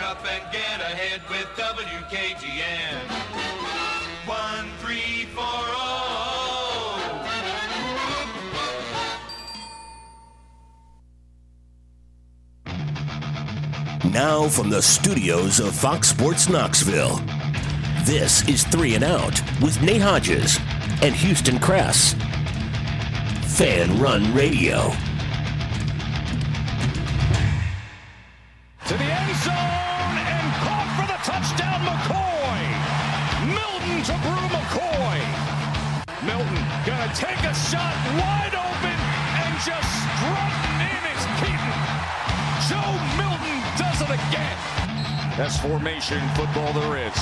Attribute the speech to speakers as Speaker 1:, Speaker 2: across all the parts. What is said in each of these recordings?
Speaker 1: up and get ahead with WKGN. 1340.
Speaker 2: Now from the studios of Fox Sports Knoxville, this is Three and Out with Nate Hodges and Houston Cress. Fan Run Radio.
Speaker 3: to the end zone and caught for the touchdown McCoy. Milton to Brew McCoy. Milton gonna take a shot wide open and just strutting in is Keaton. Joe Milton does it again. Best formation football there is.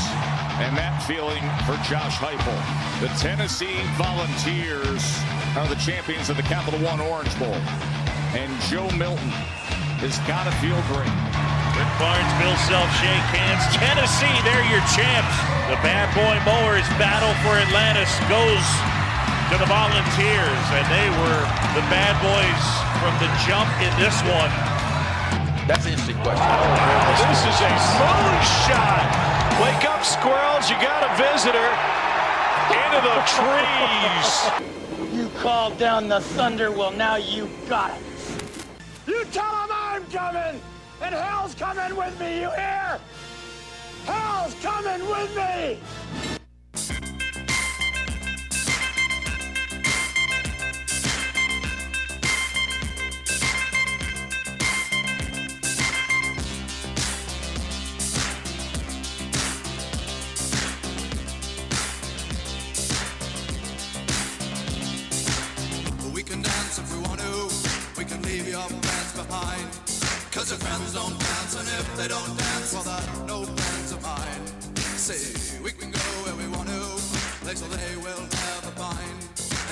Speaker 3: And that feeling for Josh Heupel. The Tennessee Volunteers are the champions of the Capital One Orange Bowl. And Joe Milton has got to feel great.
Speaker 4: Rick Barnes, Bill Self shake hands. Tennessee, they're your champs. The bad boy Mowers battle for Atlantis goes to the Volunteers, and they were the bad boys from the jump in this one.
Speaker 5: That's an interesting question.
Speaker 3: This is a moonshot. Wake up, squirrels. You got a visitor. Into the trees.
Speaker 6: You called down the thunder, well, now you got it.
Speaker 3: you tell them I'm coming, and hell's coming with me. You hear? Hell's coming with me.
Speaker 7: We can dance if we want to. We can leave your friends behind. Cause your friends don't dance, and if they don't dance, well, they're no friends of mine. See, we can go where we want to, place where they will never find.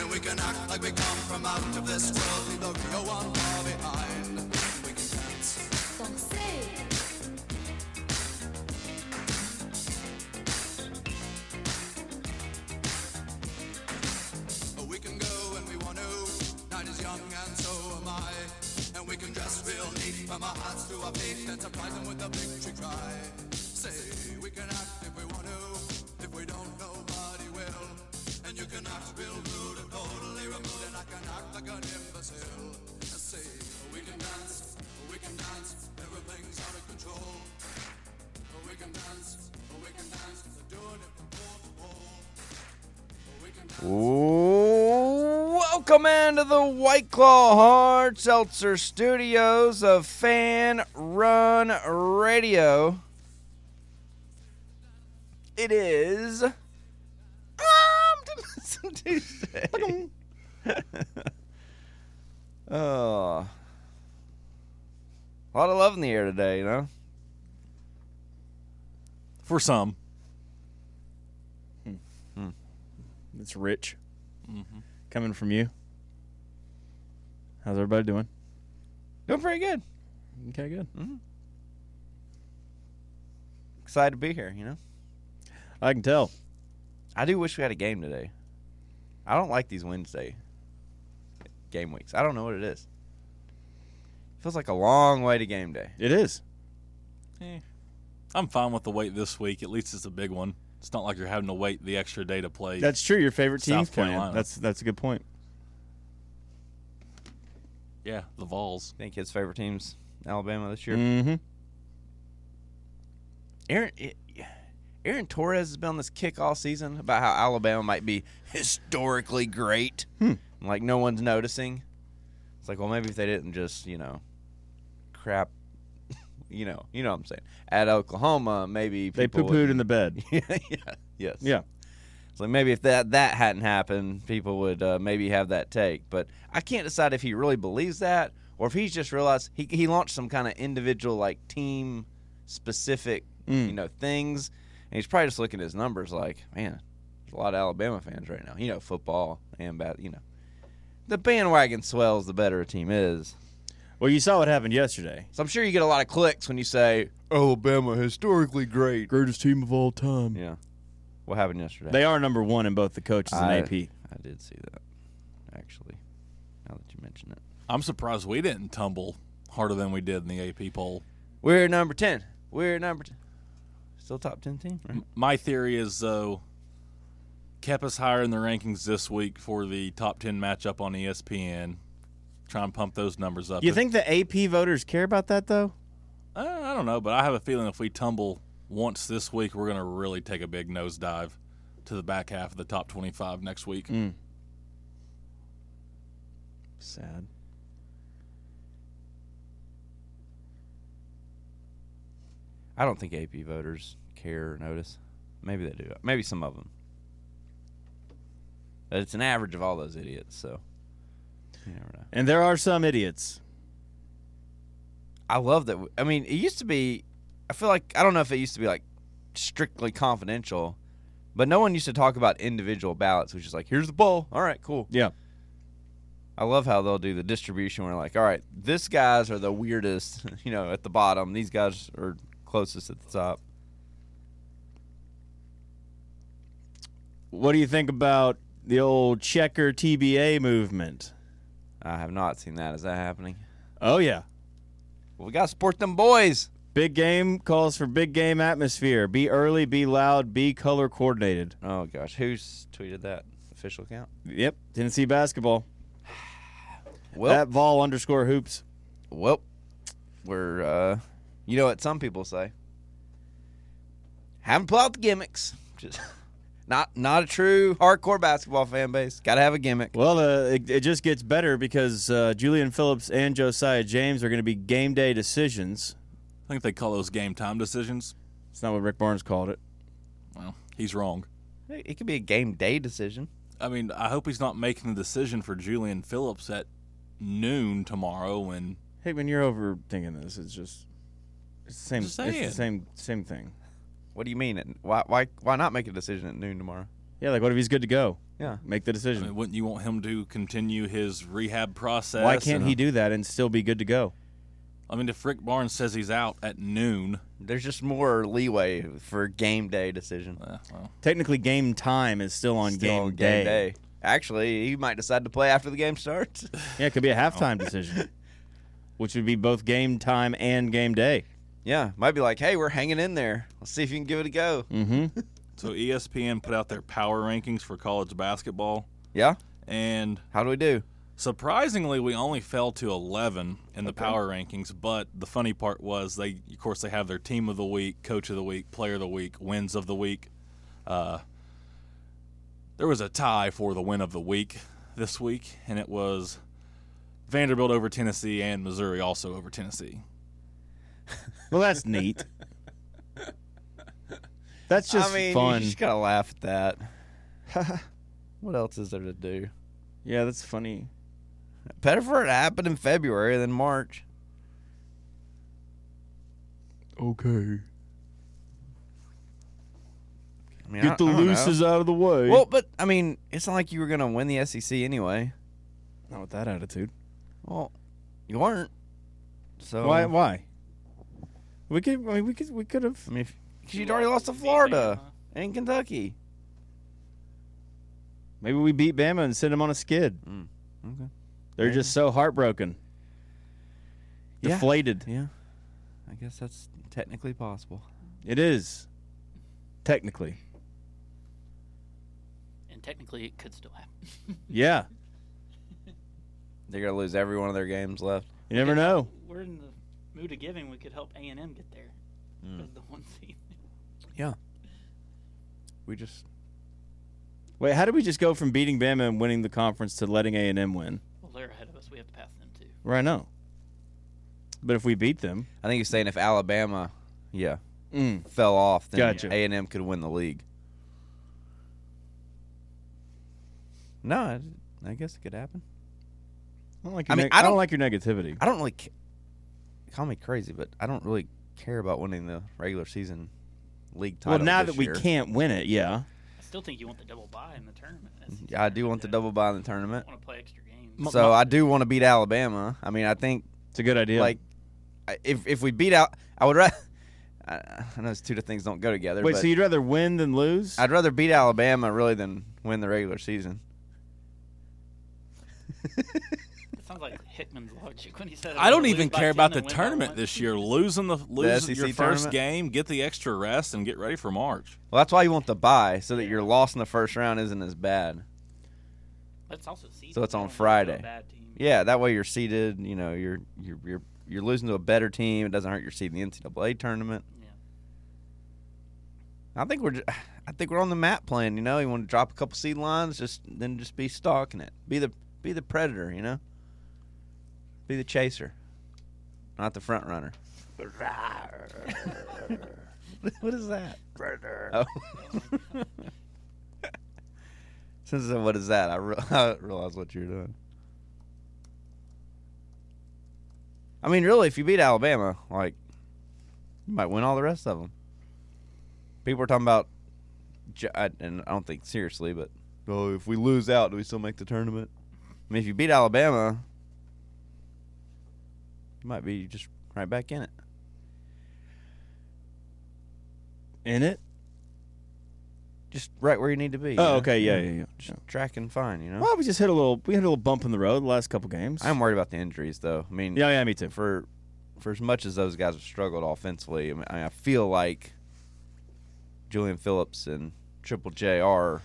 Speaker 7: And we can act like we come from out of this world, leave the real one far behind. We can dance. Oh, we can go when we want to. Night is young and so am I. And we can dress real neat from our hearts to our feet and surprise them with a victory cry. Say, we can act if we want to. If we don't, nobody will. And you can act real rude and totally removed. And I can act like an imbecile. Say, we can dance. We can dance. Everything's out of control. We can dance. We can dance. They're doing it from wall to wall. We can dance.
Speaker 5: Welcome into the White Claw Hard Seltzer Studios of Fan Run Radio. It is um, Optimism Tuesday. oh, a lot of love in the air today, you know.
Speaker 8: for some. Hmm. It's rich. Mm-hmm. Coming from you. How's everybody doing?
Speaker 5: Doing pretty good.
Speaker 8: Okay, good.
Speaker 5: Hmm? Excited to be here, you know.
Speaker 8: I can tell.
Speaker 5: I do wish we had a game today. I don't like these Wednesday game weeks. I don't know what it is. Feels like a long way to game day.
Speaker 8: It is.
Speaker 9: I'm fine with the wait this week. At least it's a big one. It's not like you're having to wait the extra day to play.
Speaker 8: That's true. Your favorite team's
Speaker 9: South
Speaker 8: playing.
Speaker 9: Carolina.
Speaker 8: That's that's a good point.
Speaker 9: yeah, the Vols.
Speaker 5: think his favorite team's Alabama this year.
Speaker 8: Mm-hmm.
Speaker 5: Aaron Aaron Torres has been on this kick all season about how Alabama might be historically great.
Speaker 8: Hmm.
Speaker 5: Like no one's noticing. It's like, well, maybe if they didn't just, you know, crap, you know, you know what I'm saying. At Oklahoma, maybe
Speaker 8: They poo
Speaker 5: people
Speaker 8: pooed in the bed.
Speaker 5: yeah, yes.
Speaker 8: yeah.
Speaker 5: It's like maybe if that that hadn't happened, people would uh, maybe have that take. But I can't decide if he really believes that or if he's just realized he he launched some kind of individual like team specific
Speaker 8: Mm.
Speaker 5: you know things, and he's probably just looking at his numbers like, man, there's a lot of Alabama fans right now. You know, football and bat, you know, the bandwagon swells the better a team is.
Speaker 8: Well, you saw what happened yesterday.
Speaker 5: So I'm sure you get a lot of clicks when you say Alabama historically great.
Speaker 8: Greatest team of all time.
Speaker 5: Yeah, what happened yesterday?
Speaker 8: They are number one in both the coaches
Speaker 5: I-
Speaker 8: and AP.
Speaker 5: I did see that, actually. Now that you mention it,
Speaker 9: I'm surprised we didn't tumble harder than we did in the AP poll.
Speaker 5: we're number ten. We're number t- still top ten team. Right?
Speaker 10: My theory is though, kept us higher in the rankings this week for the top ten matchup on ESPN. Try and pump those numbers up.
Speaker 8: You
Speaker 10: If-
Speaker 8: think the AP voters care about that though?
Speaker 10: Uh, I don't know, but I have a feeling if we tumble once this week, we're going to really take a big nosedive to the back half of the top 25 next week.
Speaker 5: Hmm.
Speaker 8: Sad.
Speaker 5: I don't think AP voters care or notice. Maybe they do. Maybe some of them. But it's an average of all those idiots. So you never know.
Speaker 8: And there are some idiots.
Speaker 5: I love that. w- I mean, it used to be. I feel like I don't know if it used to be like strictly confidential, but no one used to talk about individual ballots, which is like, here's the poll. All right, cool.
Speaker 8: Yeah.
Speaker 5: I love how they'll do the distribution. Where like, all right, this guys are the weirdest, you know, at the bottom. These guys are closest at the top.
Speaker 8: What do you think about the old checker TBA movement?
Speaker 5: I have not seen that. Is that happening?
Speaker 8: Oh yeah.
Speaker 5: Well, we got to support them boys.
Speaker 8: Big game calls for big game atmosphere. Be early, be loud, be color coordinated.
Speaker 5: Oh gosh, who's tweeted that official account?
Speaker 8: Yep. Tennessee basketball.
Speaker 5: Well,
Speaker 8: That vol underscore hoops.
Speaker 5: Well, we're, uh, you know what some people say. Haven't pulled out the gimmicks. Just not not a true hardcore basketball fan base. Got to have a gimmick.
Speaker 8: Well, uh, it, it just gets better because uh, Julian Phillips and Josiah James are going to be game day decisions.
Speaker 10: I think they call those game time decisions.
Speaker 8: It's not what Rick Barnes called it.
Speaker 10: Well, he's wrong.
Speaker 5: It it could be a game day decision.
Speaker 10: I mean, I hope he's not making the decision for Julian Phillips at noon tomorrow. And
Speaker 8: Hickman, you're overthinking this. It's just it's the same.
Speaker 10: Just
Speaker 8: it's
Speaker 10: saying.
Speaker 8: the same same thing.
Speaker 5: What do you mean? And Why why why not make a decision at noon tomorrow?
Speaker 8: Yeah, like what if he's good to go?
Speaker 5: Yeah.
Speaker 8: Make the
Speaker 10: I
Speaker 8: decision.
Speaker 10: mean, wouldn't you want him to continue his rehab process?
Speaker 8: Why can't
Speaker 10: and-
Speaker 8: he do that and still be good to go?
Speaker 10: I mean, if Rick Barnes says he's out at noon,
Speaker 5: There's just more leeway for game day decision.
Speaker 10: eh, well,
Speaker 8: Technically, game time is still on,
Speaker 5: Still
Speaker 8: game,
Speaker 5: on
Speaker 8: day.
Speaker 5: Actually, he might decide to play after the game starts.
Speaker 8: Yeah, it could be a halftime
Speaker 5: Oh.
Speaker 8: decision, which would be both game time and game day.
Speaker 5: yeah, might be like, hey, we're hanging in there. Let's see if you can give it a go.
Speaker 8: Mm.
Speaker 10: so E ESPN put out their power rankings for college basketball,
Speaker 5: Yeah.
Speaker 10: and
Speaker 5: How do we do?
Speaker 10: Surprisingly, we only fell to 11 in the power rankings, but the funny part was they, of course, they have their team of the week, coach of the week, player of the week, wins of the week. Uh, there was a tie for the win of the week this week, and it was Vanderbilt over Tennessee and Missouri also over Tennessee.
Speaker 8: Well, that's neat. That's just
Speaker 5: I mean,
Speaker 8: fun.
Speaker 5: You just gotta laugh at that. what else is there to do?
Speaker 8: Yeah, that's funny.
Speaker 5: Better for it to happen in February than March.
Speaker 8: Okay.
Speaker 5: I mean,
Speaker 8: Get the
Speaker 5: looses.
Speaker 8: looses out of the way.
Speaker 5: Well, but I mean, it's not like you were gonna win the SEC anyway.
Speaker 8: Not with that attitude.
Speaker 5: Well, you weren't. So
Speaker 8: Why? Why? We could. I mean, we could. We could have.
Speaker 5: I mean, if, cause you'd already lost to Florida and Kentucky.
Speaker 8: Maybe we beat Bama and send them on a skid.
Speaker 5: Mm, okay.
Speaker 8: They're just so heartbroken,
Speaker 5: Yeah.
Speaker 8: deflated.
Speaker 5: Yeah, I guess that's technically possible.
Speaker 8: It is technically.
Speaker 6: And technically, it could still happen.
Speaker 8: Yeah.
Speaker 5: They're gonna lose every one of their games left.
Speaker 8: You never know.
Speaker 6: We're in the mood of giving. We could help A and M get there.
Speaker 5: Hmm.
Speaker 6: As the one seed.
Speaker 5: Yeah. We just
Speaker 8: Wait, how did we just go from beating Bama and winning the conference to letting A and M win?
Speaker 6: Well, they're ahead of us. We have to pass them too.
Speaker 8: Right now. But if we beat them,
Speaker 5: I think he's saying if Alabama, yeah,
Speaker 8: Mm.
Speaker 5: fell off, then
Speaker 8: Gotcha.
Speaker 5: A and M could win the league. No, I, I guess it could happen.
Speaker 8: I don't like.
Speaker 5: I
Speaker 8: Your
Speaker 5: mean,
Speaker 8: neg-
Speaker 5: I
Speaker 8: I don't
Speaker 5: don't-
Speaker 8: like your negativity.
Speaker 5: I don't really ca- call me crazy, but I don't really care about winning the regular season league title.
Speaker 8: Well, now
Speaker 5: this
Speaker 8: that we
Speaker 5: year.
Speaker 8: can't win it, yeah.
Speaker 6: I still think you want the double bye in the tournament.
Speaker 5: Yeah, I do want the double bye in the tournament.
Speaker 6: want to play extra games.
Speaker 5: So I do want to beat Alabama. I mean, I think
Speaker 8: It's a good idea.
Speaker 5: like I- if if we beat out, I would. Ra- I, I know those two things don't go together.
Speaker 8: wait,
Speaker 5: but
Speaker 8: so you'd rather win than lose?
Speaker 5: I'd rather beat Alabama really than win the regular season.
Speaker 6: It sounds like Hickman's logic when he said.
Speaker 10: I don't
Speaker 6: "Lose
Speaker 10: even
Speaker 6: by
Speaker 10: care
Speaker 6: 10,
Speaker 10: about the
Speaker 6: then win by
Speaker 10: tournament
Speaker 6: one."
Speaker 10: this year. Losing the lose
Speaker 5: SEC
Speaker 10: your first
Speaker 5: tournament?
Speaker 10: game, get the extra rest, and get ready for March.
Speaker 5: Well, that's why you want the bye, so that your loss in the first round isn't as bad.
Speaker 6: But it's also season.
Speaker 5: So it's
Speaker 6: You
Speaker 5: on
Speaker 6: don't lose to a
Speaker 5: Friday.
Speaker 6: bad team.
Speaker 5: Yeah, that way you're seeded. You know, you're you're you're you're losing to a better team. It doesn't hurt your seed in the NCAA tournament.
Speaker 6: Yeah.
Speaker 5: I think we're ju- I think we're on the map plan. You know, you want to drop a couple seed lines, just then just be stalking it. Be the be the predator. You know, be the chaser, not the front runner. what is that? Predator. Oh. Since then, what is that? I, re- I realize what you're doing. I mean, really, if you beat Alabama, like you might win all the rest of them. People are talking about, J- I- and I don't think seriously, but oh, if we lose out, do we still make the tournament? I mean, if you beat Alabama, you might be just right back in it.
Speaker 8: In it?
Speaker 5: Just right where you need to be. you
Speaker 8: Oh,
Speaker 5: know?
Speaker 8: okay. Yeah, yeah, yeah. yeah.
Speaker 5: Tracking fine, you know.
Speaker 8: Well, we just hit a little. We hit a little bump in the road the last couple games.
Speaker 5: I'm worried about the injuries, though. I mean,
Speaker 8: yeah, yeah, me too.
Speaker 5: for for as much as those guys have struggled offensively, I, mean, I feel like Julian Phillips and Triple J are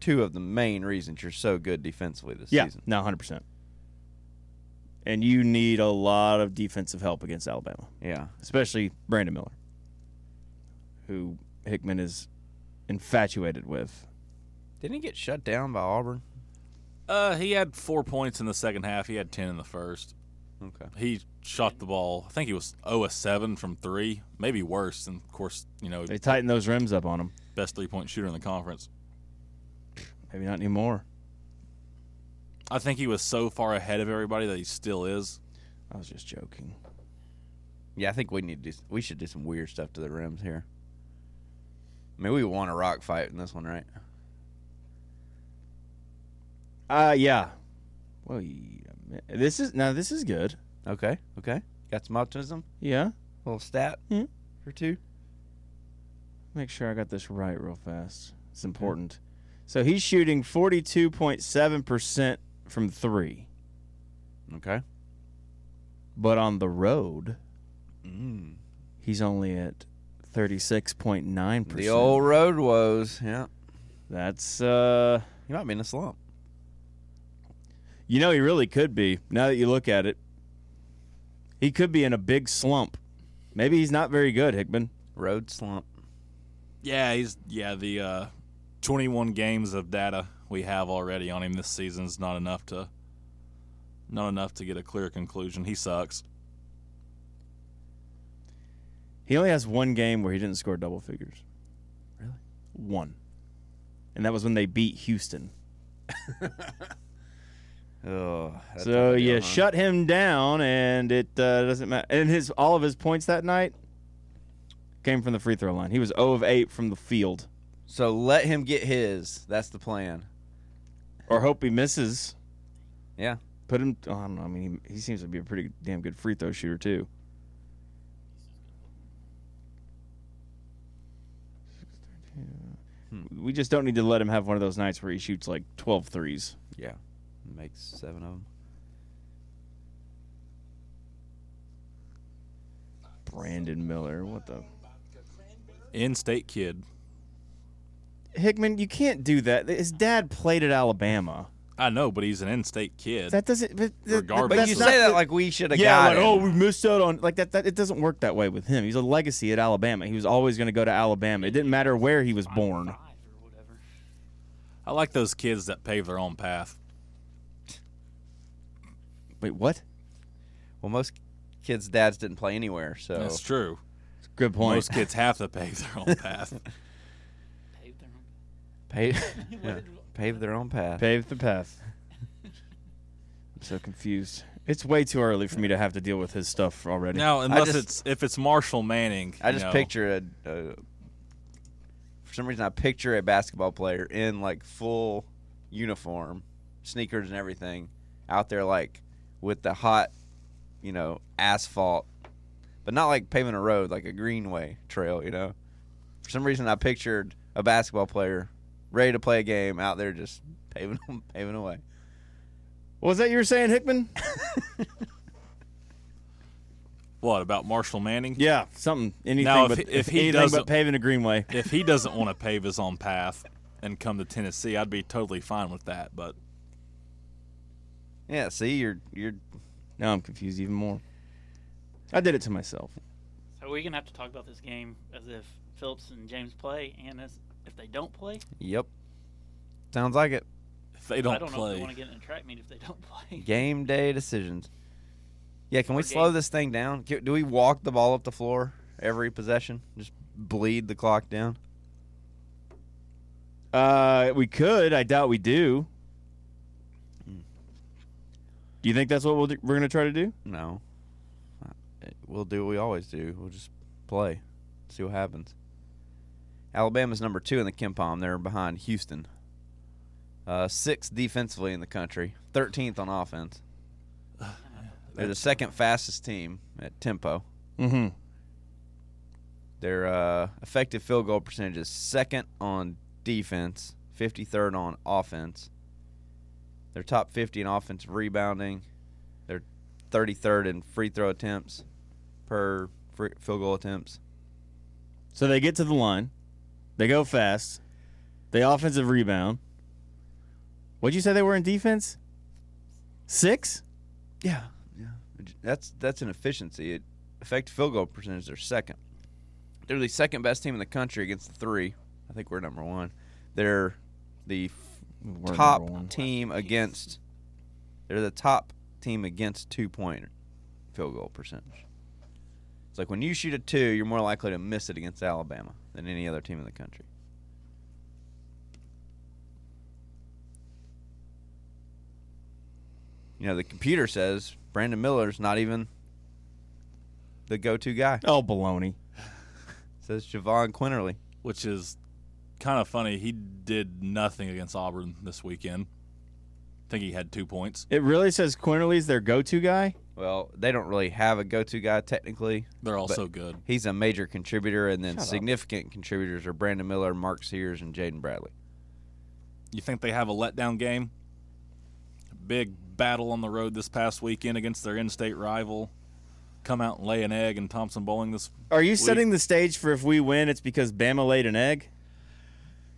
Speaker 5: two of the main reasons you're so good defensively this
Speaker 8: yeah,
Speaker 5: season.
Speaker 8: no, hundred percent. And you need a lot of defensive help against Alabama,
Speaker 5: Yeah,
Speaker 8: especially Brandon Miller, who Hickman is infatuated with.
Speaker 5: didn't he get shut down by Auburn?
Speaker 10: Uh, he had four points in the second half. He had ten in the first.
Speaker 5: Okay,
Speaker 10: He shot the ball. I think he was 0 of 7 from three, maybe worse. And of course, you know,
Speaker 8: They tighten those rims up on him.
Speaker 10: best three point shooter in the conference.
Speaker 8: Maybe not anymore.
Speaker 10: I think he was so far ahead of everybody that he still is.
Speaker 8: I was just joking.
Speaker 5: yeah, I think we need to. Do, we should do some weird stuff to the rims here. I mean, we won a rock fight in this one, right?
Speaker 8: Uh yeah. Wait a minute. This is now. This is good.
Speaker 5: Okay, okay. Got some optimism.
Speaker 8: Yeah.
Speaker 5: little stat
Speaker 8: Yeah.
Speaker 5: or two.
Speaker 8: Make sure I got this right real fast. It's important. So he's shooting forty-two point seven percent from three,
Speaker 5: Okay.
Speaker 8: but on the road,
Speaker 5: Mm.
Speaker 8: he's only at thirty-six point nine percent.
Speaker 5: The old road woes. Yeah,
Speaker 8: That's uh.
Speaker 5: he might be in a slump.
Speaker 8: You know, he really could be. Now that you look at it, he could be in a big slump. Maybe he's not very good, Hickman.
Speaker 5: Road slump.
Speaker 10: Yeah, he's, yeah, the uh, 21 games of data we have already on him this season's not enough to. Not enough to get a clear conclusion. He sucks.
Speaker 8: He only has one game where he didn't score double figures.
Speaker 5: Really?
Speaker 8: One. And that was when they beat Houston.
Speaker 5: Oh, that's
Speaker 8: so
Speaker 5: a deal,
Speaker 8: you
Speaker 5: huh?
Speaker 8: shut him down, and it uh, doesn't matter. And his all of his points that night came from the free throw line. He was 0 of 8 from the field,
Speaker 5: So let him get his. That's the plan.
Speaker 8: or hope he misses.
Speaker 5: Yeah.
Speaker 8: Put him. Oh, I don't know. I mean, he, he seems to be a pretty damn good free throw shooter too.
Speaker 5: Hmm.
Speaker 8: We just don't need to let him have one of those nights where he shoots like 12 threes.
Speaker 5: Yeah. Makes seven of them.
Speaker 8: Brandon Miller, what the
Speaker 10: In state kid.
Speaker 8: Hickman? You can't do that. His dad played at Alabama.
Speaker 10: I know, but he's an in state kid.
Speaker 8: That doesn't. But, th-
Speaker 10: Regardless
Speaker 5: But
Speaker 8: that's
Speaker 5: you
Speaker 8: not
Speaker 5: say that
Speaker 8: the-
Speaker 5: like we should have
Speaker 8: yeah,
Speaker 5: got
Speaker 8: like
Speaker 5: him.
Speaker 8: oh, we missed out on like that, that. It doesn't work that way with him. He's a legacy at Alabama. He was always going to go to Alabama. It didn't matter where he was born.
Speaker 6: Five or whatever.
Speaker 10: I like those kids that pave their own path.
Speaker 8: Wait, what?
Speaker 5: Well, most kids' dads didn't play anywhere, so
Speaker 10: That's true.
Speaker 8: Good point.
Speaker 10: Most kids have to pave their own path.
Speaker 6: Paved their own-
Speaker 5: pave, yeah, pave their own path.
Speaker 8: Pave the path. I'm so confused. It's way too early for me to have to deal with his stuff already.
Speaker 10: Now, unless
Speaker 5: just-
Speaker 10: it's if it's Marshall Manning,
Speaker 5: I
Speaker 10: you
Speaker 5: just
Speaker 10: know,
Speaker 5: picture a, a. For some reason, I picture a basketball player in like full uniform, sneakers and everything, out there like with the hot, you know, asphalt, but not like paving a road, like a greenway trail. You know, for some reason, I pictured a basketball player ready to play a game out there just paving paving away.
Speaker 8: What was that you were saying, Hickman?
Speaker 10: What about Marshall Manning?
Speaker 8: Yeah, something, anything,
Speaker 10: Now, if
Speaker 8: but,
Speaker 10: he- if he
Speaker 8: anything but
Speaker 10: doesn't-
Speaker 8: paving a greenway.
Speaker 10: If he doesn't want to pave his own path and come to Tennessee, I'd be totally fine with that. But
Speaker 5: Yeah, see, you're you're
Speaker 8: Now I'm confused even more. I did it to myself.
Speaker 6: So we're gonna have to talk about this game as if Phillips and James play, and as if they don't play.
Speaker 5: yep. Sounds like it.
Speaker 10: if they
Speaker 6: I
Speaker 10: don't,
Speaker 6: don't know if
Speaker 10: play,
Speaker 6: they want to get in a track meet if they don't play.
Speaker 5: Game day decisions. Yeah, can we
Speaker 6: Or game.
Speaker 5: slow this thing down? Can- Do we walk the ball up the floor every possession? Just bleed the clock down.
Speaker 8: Uh, we could. I doubt we do. Do you think that's what we'll do, we're going to try to do?
Speaker 5: No. Uh, We'll do what we always do. We'll just play, see what happens. Alabama's number two in the Kempom. They're behind Houston. Uh, sixth defensively in the country, 13th on offense. They're the second fastest team at tempo.
Speaker 8: Mm-hmm.
Speaker 5: Their uh, effective field goal percentage is second on defense, 53rd on offense. They're top 50 in offensive rebounding. They're 33rd in free throw attempts per free field goal attempts.
Speaker 8: So they get to the line. They go fast. They offensive rebound. What'd you say they were in defense? Six?
Speaker 5: Yeah, yeah. That's that's an efficiency. It, effective field goal percentage they're second. They're the second best team in the country against the three. I think we're number one. They're the f-
Speaker 8: We're
Speaker 5: top
Speaker 8: number one.
Speaker 5: team against. They're the top team against two point field goal percentage. It's like when you shoot a two, you're more likely to miss it against Alabama than any other team in the country. You know, the computer says Brandon Miller's not even the go-to guy.
Speaker 8: Oh, baloney.
Speaker 5: says Javon Quinterly.
Speaker 10: which is kind of funny. He did nothing against Auburn this weekend. I think he had two points,
Speaker 8: It really says Quinterly's their go to guy?
Speaker 5: Well, they don't really have a go-to guy technically.
Speaker 10: They're also good.
Speaker 5: He's a major contributor, and then significant contributors are Brandon Miller, Mark Sears, and Jaden Bradley.
Speaker 10: You think they have a letdown game? Big battle on the road this past weekend against their in-state rival. Come out and lay an egg in Thompson Bowling this?
Speaker 8: Are you setting the stage for if we win, it's because Bama laid an egg?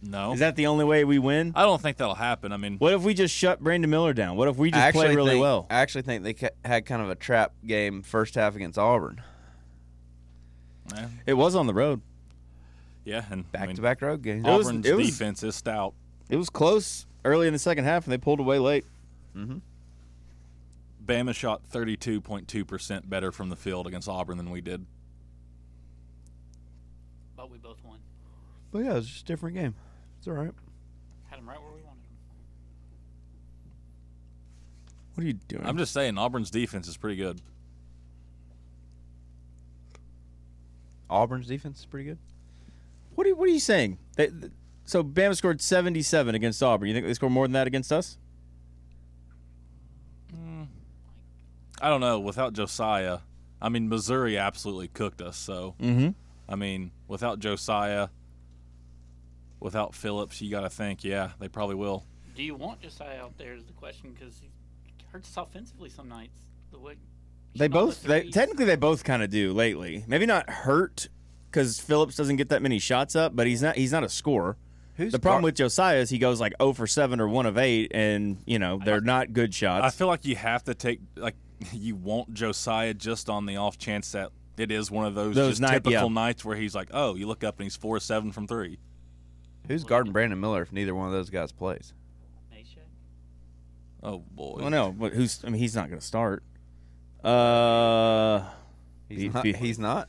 Speaker 10: No,
Speaker 8: Is that the only way we win?
Speaker 10: I don't think that'll happen. I mean,
Speaker 8: What if we just shut Brandon Miller down? What if we
Speaker 5: I
Speaker 8: just play
Speaker 5: actually
Speaker 8: really
Speaker 5: think-
Speaker 8: well?
Speaker 5: I actually think they ca- had kind of a trap game first half against Auburn,
Speaker 10: eh,
Speaker 8: It was on the road.
Speaker 10: yeah, and I mean,
Speaker 5: back-to-back road games.
Speaker 8: was-
Speaker 10: Auburn's
Speaker 8: it was-
Speaker 10: defense is stout.
Speaker 8: It was close early in the second half, and they pulled away late.
Speaker 10: Bama shot 32.2% better from the field against Auburn than we did.
Speaker 6: But we both won.
Speaker 5: But yeah, it was just a different game. It's all right.
Speaker 6: Had them right where we wanted them.
Speaker 8: What are you doing?
Speaker 10: I'm just saying, Auburn's defense is pretty good.
Speaker 5: Auburn's defense is pretty good.
Speaker 8: what are you, What are you saying? They, th- so Bama scored 77 against Auburn. You think they score more than that against us?
Speaker 10: I don't know. Without Josiah, I mean, Missouri absolutely cooked us. So,
Speaker 8: Mhm.
Speaker 10: I mean, without Josiah, without Phillips, you got to think, yeah, they probably will.
Speaker 6: Do you want Josiah out there? Is the question because he hurts us offensively some nights. The way
Speaker 8: They
Speaker 6: Not the
Speaker 8: both. They,
Speaker 6: three.
Speaker 8: technically, they both kind of do lately. Maybe not hurt because Phillips doesn't get that many shots up, but he's not. He's not a scorer.
Speaker 5: Who's
Speaker 8: the problem
Speaker 5: guard-
Speaker 8: with Josiah is he goes like 0 for 7 or 1 of 8, and you know they're not good shots.
Speaker 10: I feel like you have to take, like, you want Josiah just on the off chance that it is one of those,
Speaker 8: Those
Speaker 10: just
Speaker 8: night- yeah.
Speaker 10: typical nights where he's like, oh, you look up and he's 4 7 from three.
Speaker 5: Who's guarding Brandon Miller if neither one of those guys plays?
Speaker 6: Nation.
Speaker 10: Oh, boy.
Speaker 8: Well, no, but who's? I mean, he's not going to start. Uh,
Speaker 5: He's
Speaker 8: Be-
Speaker 5: not.
Speaker 8: be-
Speaker 5: he's not.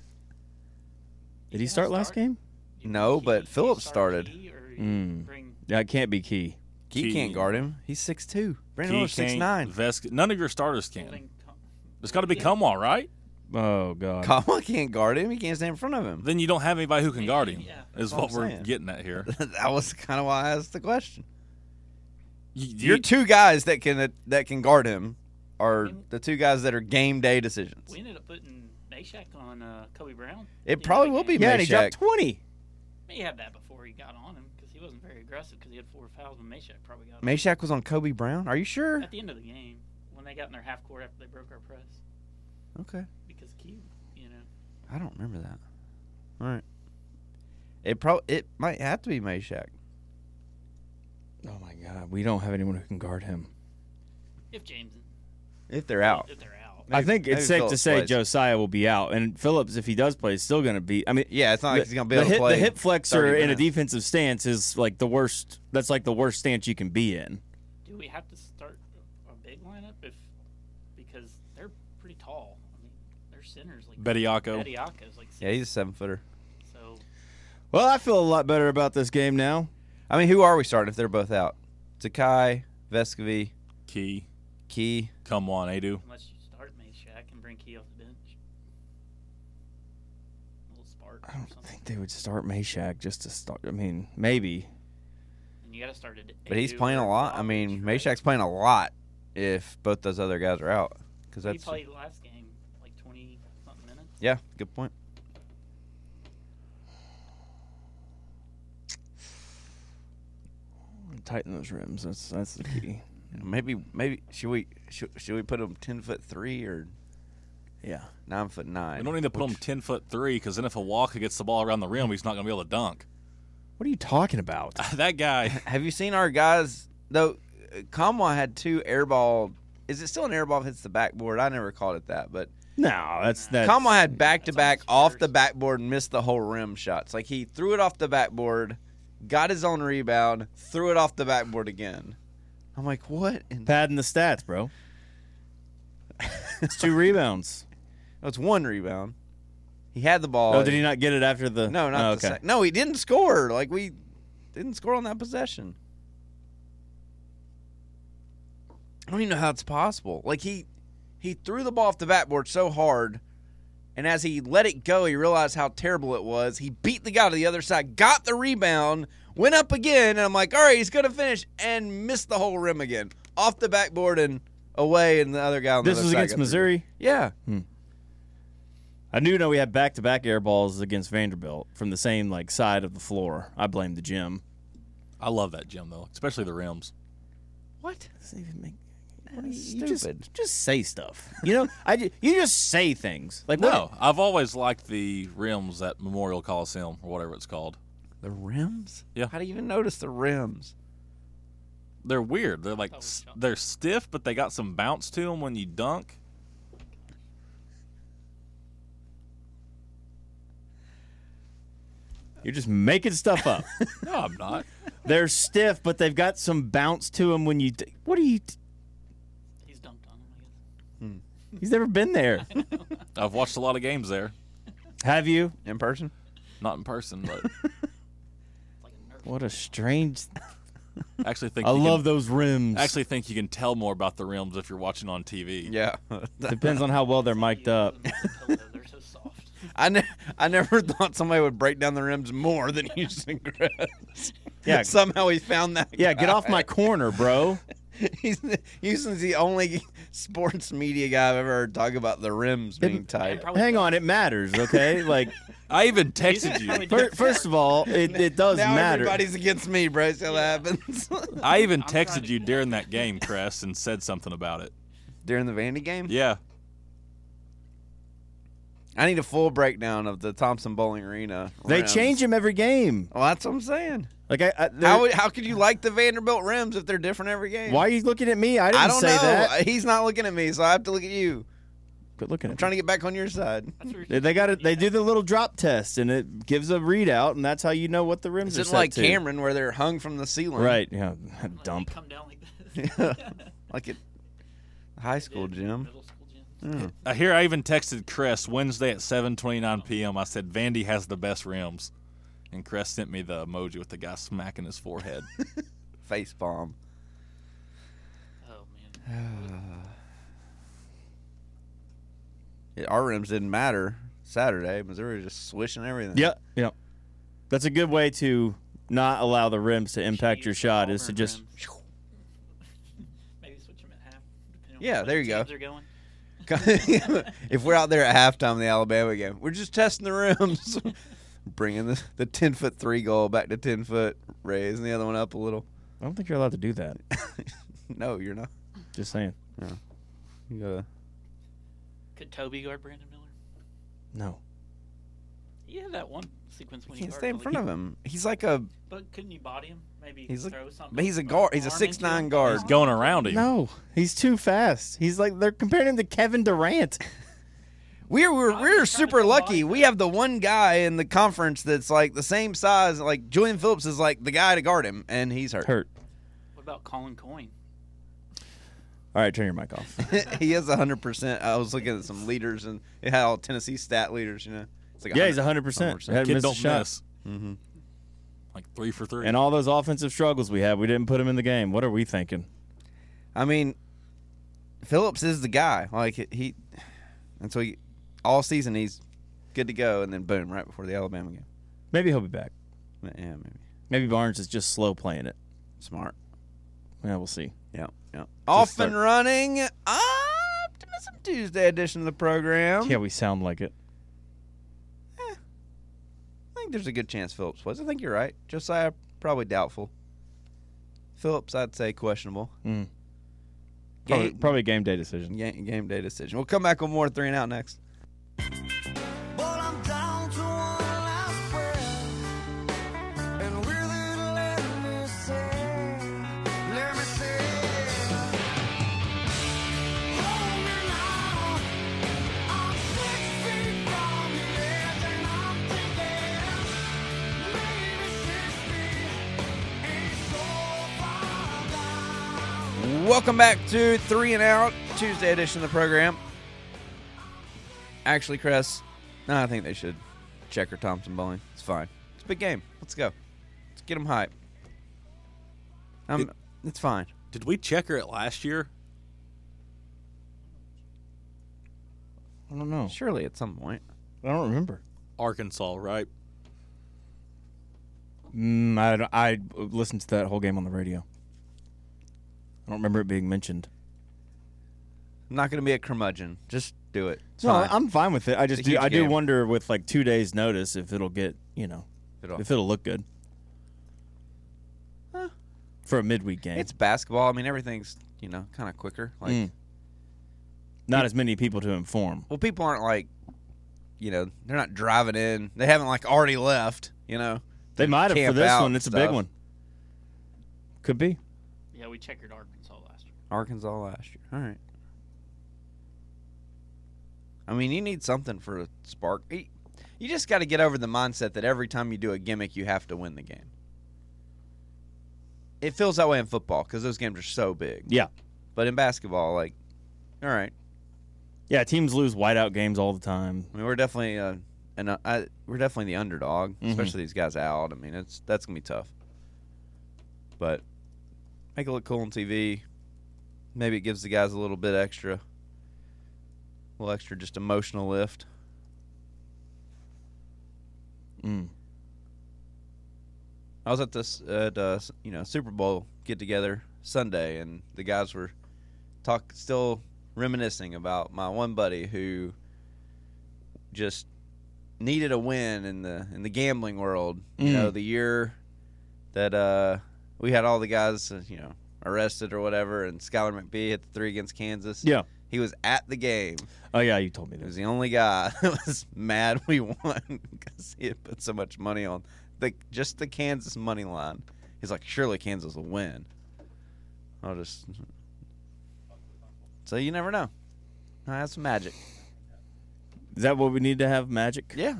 Speaker 8: did he start last game?
Speaker 5: No, Oh, but Phillips started.
Speaker 8: Mm.
Speaker 6: Bring
Speaker 8: Yeah, it can't be Key.
Speaker 5: He
Speaker 10: Key-
Speaker 5: can't guard him. He's six two. Brandon Miller's
Speaker 10: Key
Speaker 5: six
Speaker 10: can't,
Speaker 5: nine.
Speaker 10: Vesk- none of your starters can.
Speaker 6: bring Com-
Speaker 10: It's got to be Cumwall, right?
Speaker 8: Oh God.
Speaker 5: Kama can't guard him. He can't stand in front of him.
Speaker 10: Then you don't have anybody who can guard him.
Speaker 6: Yeah,
Speaker 10: Is
Speaker 5: what
Speaker 10: what
Speaker 5: I'm
Speaker 10: we're
Speaker 5: saying.
Speaker 10: getting at here.
Speaker 5: that was kind of why I asked the question.
Speaker 10: You- you-
Speaker 5: Your two guys that can that can guard him are the two guys that are game day decisions.
Speaker 6: we ended up putting Nashak on uh, Kobe Brown.
Speaker 5: It
Speaker 6: the
Speaker 5: probably
Speaker 6: other
Speaker 5: will be
Speaker 6: game.
Speaker 8: yeah, and he
Speaker 5: Meshack.
Speaker 8: dropped twenty.
Speaker 6: May have that before he got on him because he wasn't very aggressive because he had four fouls when Meshack probably got. him.
Speaker 5: Mayshak was on Kobe Brown. Are you sure?
Speaker 6: At the end of the game, when they got in their half court after they broke our press,
Speaker 5: Okay.
Speaker 6: because Cube, you know,
Speaker 5: I don't remember that. All right. It pro it might have to be Mayshak.
Speaker 8: Oh my God, we don't have anyone who can guard him.
Speaker 6: if James,
Speaker 5: If they're out.
Speaker 6: if they're out,
Speaker 8: I think
Speaker 5: maybe
Speaker 8: it's safe to
Speaker 5: Phillips
Speaker 8: say
Speaker 5: plays.
Speaker 8: Josiah will be out, and Phillips, if he does play, is still going to be. I mean,
Speaker 5: Yeah, it's not like
Speaker 8: the-
Speaker 5: he's gonna be
Speaker 8: the
Speaker 5: able to
Speaker 8: hip,
Speaker 5: play
Speaker 8: The hip flexor
Speaker 5: 30
Speaker 8: in a
Speaker 5: minutes.
Speaker 8: defensive stance is like the worst. That's like the worst stance you can be in.
Speaker 6: do we have to start a big lineup if because they're pretty tall? I mean, their centers like
Speaker 10: Bediako.
Speaker 6: Bediako's like six,
Speaker 5: Yeah, he's a seven footer.
Speaker 6: so
Speaker 8: Well, I feel a lot better about this game now.
Speaker 5: I mean, who are we starting if they're both out? Takai, Vescovy,
Speaker 10: Key,
Speaker 5: Key.
Speaker 10: come on, Adu.
Speaker 6: unless you start Meshack and bring Key off the bench, a little spark
Speaker 8: I
Speaker 6: or
Speaker 8: don't
Speaker 6: something,
Speaker 8: think they would start Meshack just to start. I mean, maybe.
Speaker 6: and you got to start it.
Speaker 5: But he's playing a lot. I mean,
Speaker 6: Meshack.
Speaker 5: Mayshak's playing a lot if both those other guys are out. Because
Speaker 6: He
Speaker 5: that's
Speaker 6: played last game like twenty something minutes.
Speaker 5: yeah, good point.
Speaker 8: Tighten those rims. That's that's the key.
Speaker 5: Maybe maybe should we should, should we put him ten foot three or
Speaker 8: yeah.
Speaker 5: nine foot nine?
Speaker 10: We don't need to put him ten foot three because then if a walker gets the ball around the rim, he's not going to be able to dunk.
Speaker 8: What are you talking about?
Speaker 10: that guy.
Speaker 5: Have you seen our guys though? uh, Kamwa had two airball. Is it still an airball that hits the backboard? I never called it that, but
Speaker 8: No, that's that.
Speaker 5: Kamwa had back to back
Speaker 6: that's
Speaker 5: off
Speaker 6: first.
Speaker 5: the backboard and missed the whole rim shots. Like he threw it off the backboard, got his own rebound, threw it off the backboard again. I'm like, what? And
Speaker 8: padding the stats, bro. It's two rebounds.
Speaker 5: it's one rebound. He had the ball.
Speaker 8: Oh, did he not get it after the?
Speaker 5: No, not
Speaker 8: Oh,
Speaker 5: the sec- No, he didn't score. Like we didn't score on that possession. I don't even know how it's possible. Like he he threw the ball off the backboard so hard, and as he let it go, he realized how terrible it was. He beat the guy to the other side, got the rebound, went up again, and I'm like, all right, he's gonna finish, and missed the whole rim again, off the backboard and away, and the other guy. On the
Speaker 8: This
Speaker 5: other
Speaker 8: was
Speaker 5: side
Speaker 8: against
Speaker 5: got the-
Speaker 8: Missouri.
Speaker 5: Yeah,
Speaker 8: I do know we had back to back air balls against Vanderbilt from the same like side of the floor. I blame the gym.
Speaker 10: I love that gym though, especially the rims.
Speaker 5: what?
Speaker 8: Doesn't even make.
Speaker 5: you just-
Speaker 8: just, just say stuff. You know, I ju- you just say things. Like
Speaker 10: No, I've always liked the rims at Memorial Coliseum or whatever it's called.
Speaker 5: The rims?
Speaker 10: Yeah.
Speaker 5: How do you even notice the rims?
Speaker 10: They're weird. They're like
Speaker 6: Oh,
Speaker 10: s-
Speaker 6: shut-
Speaker 10: they're stiff, but they got some bounce to them when you dunk.
Speaker 8: what? You're just making stuff up.
Speaker 10: No, I'm not.
Speaker 8: They're stiff, but they've got some bounce to them when you. d- what are you? d-
Speaker 6: He's dunked on him. I guess.
Speaker 8: He's never been there.
Speaker 10: I've watched a lot of games there,
Speaker 8: Have you?
Speaker 5: In person?
Speaker 10: not in person, but
Speaker 6: It's like a nerf.
Speaker 8: What a strange.
Speaker 10: I actually think
Speaker 8: I
Speaker 10: you
Speaker 8: love
Speaker 10: Can,
Speaker 8: those rims.
Speaker 10: I actually think you can tell more about the rims if you're watching on TV.
Speaker 5: Yeah.
Speaker 8: depends on how well they're mic'd up.
Speaker 6: They're so soft.
Speaker 5: I, ne- I never thought somebody would break down the rims more than Houston Gress.
Speaker 8: Yeah.
Speaker 5: Somehow he found that.
Speaker 8: Yeah, get off my
Speaker 5: guy.
Speaker 8: corner, bro.
Speaker 5: He's the- Houston's the only sports media guy I've ever heard talk about the rims being
Speaker 6: They
Speaker 5: tight.
Speaker 6: probably
Speaker 8: Hang
Speaker 6: don't.
Speaker 8: on, it matters, okay? Like,
Speaker 10: I even
Speaker 6: He's
Speaker 10: texted
Speaker 6: probably
Speaker 10: you.
Speaker 6: doing
Speaker 8: fir- first of all, it, it does
Speaker 5: now
Speaker 8: matter.
Speaker 5: everybody's against me, bro. See how that happens?
Speaker 10: I even
Speaker 6: I'm trying
Speaker 10: texted
Speaker 6: to-
Speaker 10: you during that game, Crest, and said something about it.
Speaker 5: During the Vandy game?
Speaker 10: Yeah,
Speaker 5: I need a full breakdown of the Thompson Bowling Arena.
Speaker 8: They
Speaker 5: rims.
Speaker 8: change him every game.
Speaker 5: Well, that's what I'm saying.
Speaker 8: Like, I, I
Speaker 5: How,
Speaker 8: they're-
Speaker 5: would- how could you like the Vanderbilt rims if they're different every game?
Speaker 8: why are you looking at me? I didn't
Speaker 5: I don't
Speaker 8: say
Speaker 5: know.
Speaker 8: that.
Speaker 5: He's not looking at me, so I have to look at you.
Speaker 8: Quit looking
Speaker 5: I'm
Speaker 8: at
Speaker 5: trying
Speaker 8: me.
Speaker 5: to get back on your side.
Speaker 6: That's where
Speaker 8: They- They got it. They do the little drop test, and it gives a readout, and that's how you know what the
Speaker 5: It's
Speaker 8: rims are
Speaker 5: just
Speaker 8: set
Speaker 5: like
Speaker 8: to.
Speaker 5: Cameron, where they're hung from the ceiling.
Speaker 8: Right? Yeah.
Speaker 6: Like, they
Speaker 8: Dump.
Speaker 6: Come down like this.
Speaker 5: Like at high school gym.
Speaker 6: Middle school gym.
Speaker 8: Mm.
Speaker 10: I hear I even texted Crest Wednesday at 7:29 p.m. I said Vandy has the best rims, and Crest sent me the emoji with the guy smacking his forehead.
Speaker 5: Face bomb.
Speaker 6: Oh man.
Speaker 5: Yeah, Our rims didn't matter Saturday. Missouri was just swishing everything.
Speaker 8: Yep. Yep. That's a good way to not allow the rims to impact your
Speaker 6: Jeez,
Speaker 8: shot. Is to
Speaker 6: Auburn
Speaker 8: just
Speaker 6: rims. Maybe switch them at half. depending on
Speaker 5: Yeah,
Speaker 6: what
Speaker 5: there you go.
Speaker 6: teams Are going.
Speaker 5: if we're out there at halftime of the Alabama game, we're just testing the rims. bringing the, the 10 foot three goal back to 10 foot, raising the other one up a little.
Speaker 8: I don't think you're allowed to do that.
Speaker 5: No, you're not.
Speaker 8: Just saying.
Speaker 5: You gotta-
Speaker 6: Could Toby guard Brandon Miller?
Speaker 8: No.
Speaker 6: He had that one sequence when he
Speaker 5: can't
Speaker 6: guarded
Speaker 5: stay in
Speaker 6: Malik.
Speaker 5: front of him. He's like a
Speaker 6: But couldn't you body him? Maybe
Speaker 5: He's a-
Speaker 6: throw something.
Speaker 5: but he's a
Speaker 6: or
Speaker 5: guard. He's a
Speaker 6: arm
Speaker 5: six
Speaker 6: into him?
Speaker 5: nine guard.
Speaker 10: He's going around him.
Speaker 8: No, he's too fast. He's like they're comparing him to Kevin Durant.
Speaker 5: We're we're,
Speaker 6: I'm just
Speaker 5: we're
Speaker 6: trying to
Speaker 5: super
Speaker 6: combine
Speaker 5: lucky.
Speaker 6: them.
Speaker 5: We have the one guy in the conference that's like the same size. Like Julian Phillips is like the guy to guard him, and he's hurt.
Speaker 8: Hurt.
Speaker 6: What about Colin Coyne?
Speaker 8: All right, turn your mic off.
Speaker 5: he is hundred percent. I was looking at some leaders, and it had all Tennessee stat leaders. You know, it's like
Speaker 8: yeah, he's 100. percent
Speaker 5: 100%.
Speaker 8: Had
Speaker 10: Kid
Speaker 8: missed a
Speaker 10: don't
Speaker 8: shot. Mm-hmm.
Speaker 10: miss. Like three for three.
Speaker 8: And all those offensive struggles we had, we didn't put him in the game. What are we thinking?
Speaker 5: I mean, Phillips is the guy. Like he- he, and so he, all season he's good to go, and then boom, right before the Alabama game.
Speaker 8: Maybe he'll be back.
Speaker 5: Yeah, maybe
Speaker 8: Maybe Barnes is just slow playing it.
Speaker 5: smart.
Speaker 8: Yeah, we'll see.
Speaker 5: Yeah, yeah. Off
Speaker 8: start-
Speaker 5: and running. Optimism Tuesday edition of the program.
Speaker 8: Yeah, we sound like it.
Speaker 5: I think there's a good chance Phillips was. I think you're right. Josiah probably doubtful. Phillips, I'd say questionable.
Speaker 8: Mm. Probably,
Speaker 5: Game,
Speaker 8: probably a game day decision.
Speaker 5: ga- game day decision. We'll come back with more three and out next.
Speaker 7: Well, I'm down to one last breath. And really, let me say, let me say. Hold me now. I'm six feet from the edge, and I'm thinking maybe six feet ain't so far down.
Speaker 5: Welcome back to Three and Out Tuesday edition of the program. Actually, Chris, no, I think they should check or Thompson bowling. It's fine. It's a big game. Let's go. Let's get them hype. Um, it's fine.
Speaker 10: Did we checker it last year?
Speaker 8: I don't know.
Speaker 5: Surely at some point.
Speaker 8: I don't remember.
Speaker 10: Arkansas, right?
Speaker 8: Mm, I, don't- I listened to that whole game on the radio. I don't remember it being mentioned.
Speaker 5: I'm not going to be a curmudgeon. Just do it. It's
Speaker 8: No,
Speaker 5: fine.
Speaker 8: I'm fine with it. I just
Speaker 5: It's a
Speaker 8: do,
Speaker 5: huge
Speaker 8: I do
Speaker 5: game.
Speaker 8: wonder with like two days notice if it'll get you know
Speaker 5: It'll-
Speaker 8: if it'll look good for a midweek game.
Speaker 5: It's basketball. I mean, everything's you know kind of quicker. Like,
Speaker 8: Mm. not as many people to inform.
Speaker 5: well, people aren't like, you know, they're not driving in. They haven't like already left. You know,
Speaker 8: They
Speaker 5: to
Speaker 8: might have for
Speaker 5: camp
Speaker 8: this
Speaker 5: out
Speaker 8: one.
Speaker 5: and
Speaker 8: It's a big
Speaker 5: stuff.
Speaker 8: one. Could be.
Speaker 6: Yeah, we checkered Arkansas last year.
Speaker 5: Arkansas last year. All right. I mean, you need something for a spark. You- You just got to get over the mindset that every time you do a gimmick, you have to win the game. It feels that way in football because those games are so big.
Speaker 8: Yeah,
Speaker 5: But in basketball, like, all right,
Speaker 8: yeah. Teams lose whiteout games all the time.
Speaker 5: I mean, we're definitely uh, and uh, I, we're definitely the underdog,
Speaker 8: Mhm.
Speaker 5: especially these guys out. I mean, it's that's gonna be tough. But make it look cool on TV. Maybe it gives the guys a little bit extra, a little extra just emotional lift.
Speaker 8: Mm.
Speaker 5: I was at this at uh, s- you know Super Bowl get together Sunday, and the guys were talk still reminiscing about my one buddy who just needed a win in the in the gambling world. You
Speaker 8: Mm.
Speaker 5: know, the year that uh, we had all the guys uh, you know arrested or whatever, and Skylar McBee hit the three against Kansas.
Speaker 8: Yeah.
Speaker 5: He was at the game.
Speaker 8: Oh yeah, you told me
Speaker 5: He was
Speaker 8: this.
Speaker 5: the only guy that was mad we won because he had put so much money on the just the Kansas money line. He's like, surely Kansas will win. I'll just so you never know. I had some magic.
Speaker 8: Is that what we need to have magic?
Speaker 5: Yeah.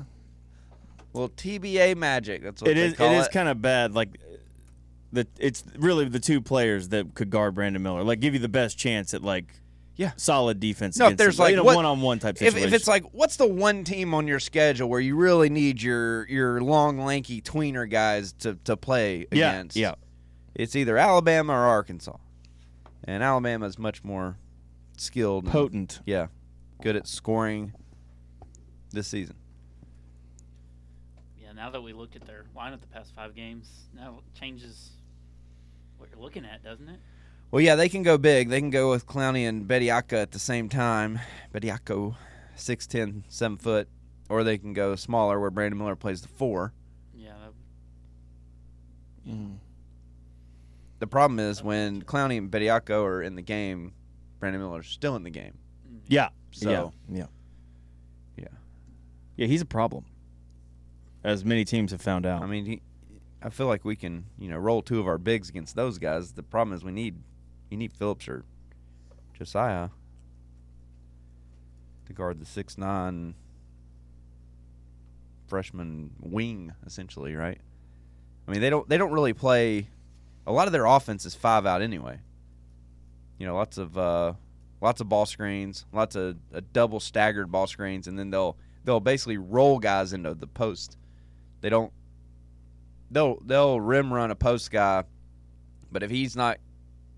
Speaker 5: Well, TBA magic. That's what
Speaker 8: it
Speaker 5: they
Speaker 8: is. It
Speaker 5: call
Speaker 8: is kind of bad. Like the it's really the two players that could guard Brandon Miller. Like give you the best chance at like
Speaker 5: Yeah.
Speaker 8: solid defense.
Speaker 5: No, if
Speaker 8: against
Speaker 5: there's,
Speaker 8: him.
Speaker 5: like,
Speaker 8: in a
Speaker 5: what-
Speaker 8: one on one type
Speaker 5: if,
Speaker 8: situation.
Speaker 5: if it's like, what's the one team on your schedule where you really need your your long, lanky tweener guys to, to play
Speaker 8: yeah,
Speaker 5: against?
Speaker 8: yeah,
Speaker 5: It's either Alabama or Arkansas. And Alabama is much more skilled. and-
Speaker 8: potent.
Speaker 5: yeah. Good at scoring this season.
Speaker 6: Yeah, now that we looked at their lineup the past five games, now it changes what you're looking at, doesn't it?
Speaker 5: Well, yeah, they can go big. They can go with Clowney and Bediaka at the same time. Bediako, 6'10", 7 foot. or they can go smaller where Brandon Miller plays the four.
Speaker 6: Yeah, that,
Speaker 5: The problem is when Clowney and Bediako are in the game, Brandon Miller's still in the game.
Speaker 8: Yeah.
Speaker 5: So-
Speaker 8: yeah. yeah.
Speaker 5: Yeah.
Speaker 8: Yeah, he's a problem. As many teams have found out.
Speaker 5: I mean, he, I feel like we can you know roll two of our bigs against those guys. The problem is we need you need Phillips or Josiah to guard the six nine freshman wing essentially, right? I mean they don't they don't really play. A lot of their offense is five out anyway. You know, lots of uh, lots of ball screens, lots of uh, double staggered ball screens, and then they'll they'll basically roll guys into the post. They don't they'll they'll rim run a post guy, but if he's not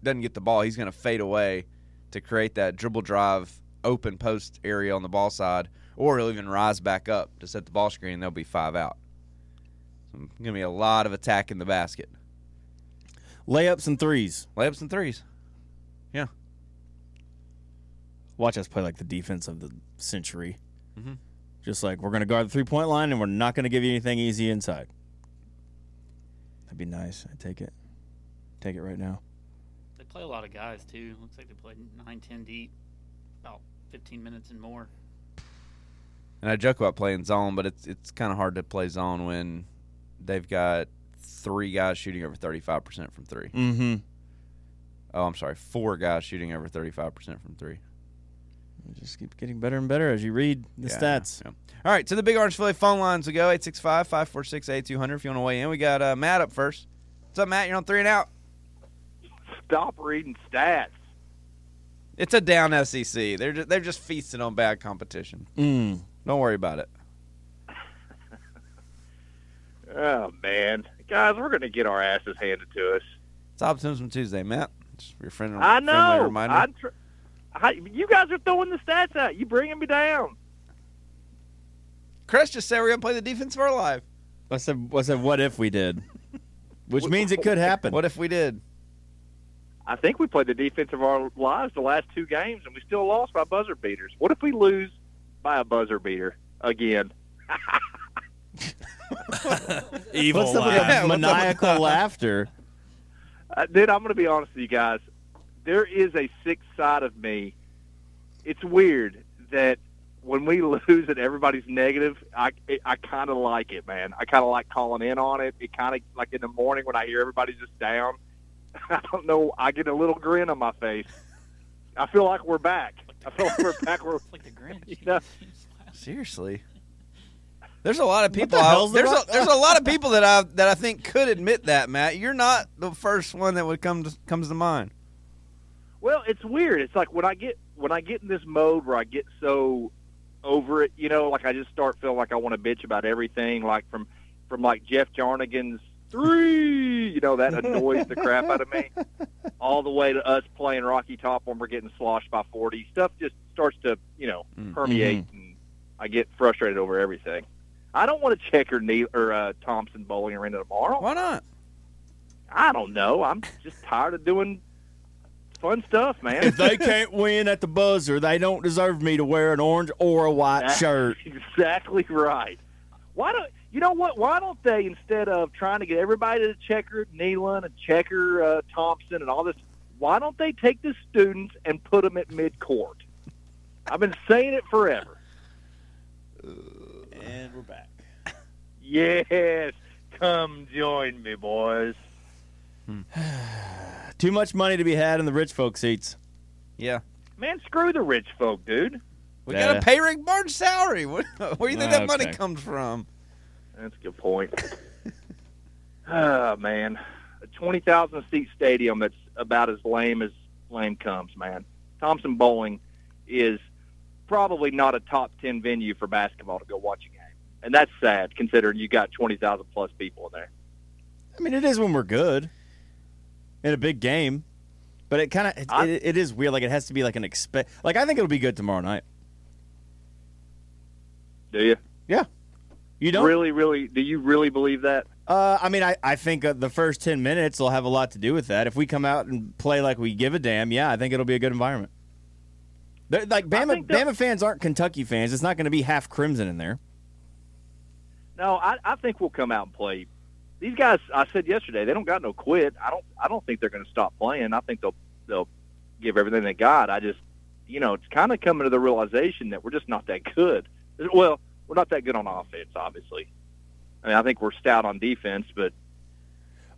Speaker 5: doesn't get the ball, he's going to fade away to create that dribble drive open post area on the ball side, or he'll even rise back up to set the ball screen. and They'll be five out. So going to be a lot of attack in the basket,
Speaker 8: Layups and threes.
Speaker 5: layups and threes.
Speaker 8: Watch us play like the defense of the century.
Speaker 5: Mhm.
Speaker 8: Just like we're going to guard the three point line and we're not going to give you anything easy inside. That'd be nice. I take it. Take it right now.
Speaker 6: they play a lot of guys too. Looks like they play nine, ten deep, about fifteen minutes and more.
Speaker 5: And I joke about playing zone, but it's it's kind of hard to play zone when they've got three guys shooting over thirty five percent from three.
Speaker 8: Mm hmm.
Speaker 5: Oh, I'm sorry, four guys shooting over thirty five percent from three.
Speaker 8: Just keep getting better and better as you read the
Speaker 5: Yeah,
Speaker 8: stats.
Speaker 5: yeah. All right, to the Big Orange Philly phone lines we go 865 546 8200 if you want to weigh in. We got uh, Matt up first. What's up, Matt? You're on three and out.
Speaker 3: Stop reading stats.
Speaker 5: It's a down SEC. They're just, they're just feasting on bad competition.
Speaker 8: Mm.
Speaker 5: Don't worry about it.
Speaker 3: Oh man, guys, we're gonna get our asses handed to us.
Speaker 5: It's Optimism Tuesday, Matt. Just your friend.
Speaker 3: I
Speaker 5: Friendly
Speaker 3: know.
Speaker 5: reminder.
Speaker 3: I tr- I, you guys are throwing the stats out. You bringing me down.
Speaker 5: Chris just said we're gonna play the defense of our life.
Speaker 8: I said, I said, what if we did? Which means it could happen.
Speaker 5: What if we did?
Speaker 3: I think we played the defense of our lives the last two games, and we still lost by buzzer beaters. What if we lose by a buzzer beater again?
Speaker 10: Evil
Speaker 8: What's up with
Speaker 10: laugh.
Speaker 5: what's
Speaker 8: that
Speaker 5: up with
Speaker 8: maniacal laughter?
Speaker 3: Uh, then I'm going to be honest with you guys. There is a sixth side of me. It's weird that when we lose and everybody's negative, I it, I kind of like it, man. I kind of like calling in on it. It kind of like in the morning when I hear everybody's just down. I don't know. I get a little grin on my face. I feel like we're back. I feel like we're back. We're
Speaker 6: It's like the Grinch.
Speaker 3: You
Speaker 6: He
Speaker 3: know-
Speaker 6: keeps laughing.
Speaker 5: Seriously. There's a lot of people.
Speaker 8: the
Speaker 5: I-
Speaker 8: hell's
Speaker 5: there's
Speaker 8: about-
Speaker 5: a, there's a lot of people that I that I think could admit that, Matt. You're not the first one that would come to, comes to mind.
Speaker 3: Well, it's weird. It's like when I get when I get in this mode where I get so over it, you know, like I just start feeling like I want to bitch about everything, like from from like Jeff Jarnigan's three, you know, that annoys the crap out of me, all the way to us playing Rocky Top when we're getting sloshed by forty. Stuff just starts to, you know,
Speaker 5: Mm.
Speaker 10: Mm-hmm.
Speaker 3: permeate, and I get frustrated over everything. I don't want to check her Neil or uh, Thompson bowling arena tomorrow.
Speaker 5: Why not?
Speaker 3: I don't know. I'm just tired of doing fun stuff, man.
Speaker 8: if they can't win at the buzzer, they don't deserve me to wear an orange or a white
Speaker 3: That-
Speaker 8: shirt.
Speaker 3: Exactly right. Why don't you know what? Why don't they instead of trying to get everybody to checker Nealon and checker uh, Thompson and all this, why don't they take the students and put them at midcourt? I've been saying it forever.
Speaker 8: And we're back.
Speaker 3: Yes, come join me, boys.
Speaker 8: Too much money to be had in the rich folk seats.
Speaker 5: Yeah.
Speaker 3: Man, screw the rich folk, dude.
Speaker 5: We
Speaker 8: Yeah.
Speaker 5: gotta pay Rick Barnes' salary. Where, where do you think that money
Speaker 8: Okay.
Speaker 5: comes from?
Speaker 3: That's a good point. Ah, man, a twenty thousand seat stadium that's about as lame as lame comes, man. Thompson Bowling is probably not a top ten venue for basketball to go watch a game, and that's sad considering you got twenty thousand plus people in there.
Speaker 8: I mean, it is when we're good in a big game, but it kind of it,
Speaker 3: I-
Speaker 8: it, it is weird. Like it has to be like an expect. Like I think it'll be good tomorrow night.
Speaker 3: Do you
Speaker 8: You don't?
Speaker 3: really, really? Do you really believe that?
Speaker 8: Uh, I mean, I, I think uh, the first ten minutes will have a lot to do with that. If we come out and play like we give a damn, yeah, I think it'll be a good environment. They're, like Bama,
Speaker 3: think they'll-
Speaker 8: Bama fans aren't Kentucky fans. It's not going to be half crimson in there.
Speaker 3: No, I, I think we'll come out and play. These guys, I said yesterday, they don't got no quit. I don't. I don't think they're going to stop playing. I think they'll they'll give everything they got. I just, you know, it's kind of coming to the realization that we're just not that good. Well, we're not that good on offense, obviously. I mean, I think we're stout on defense, but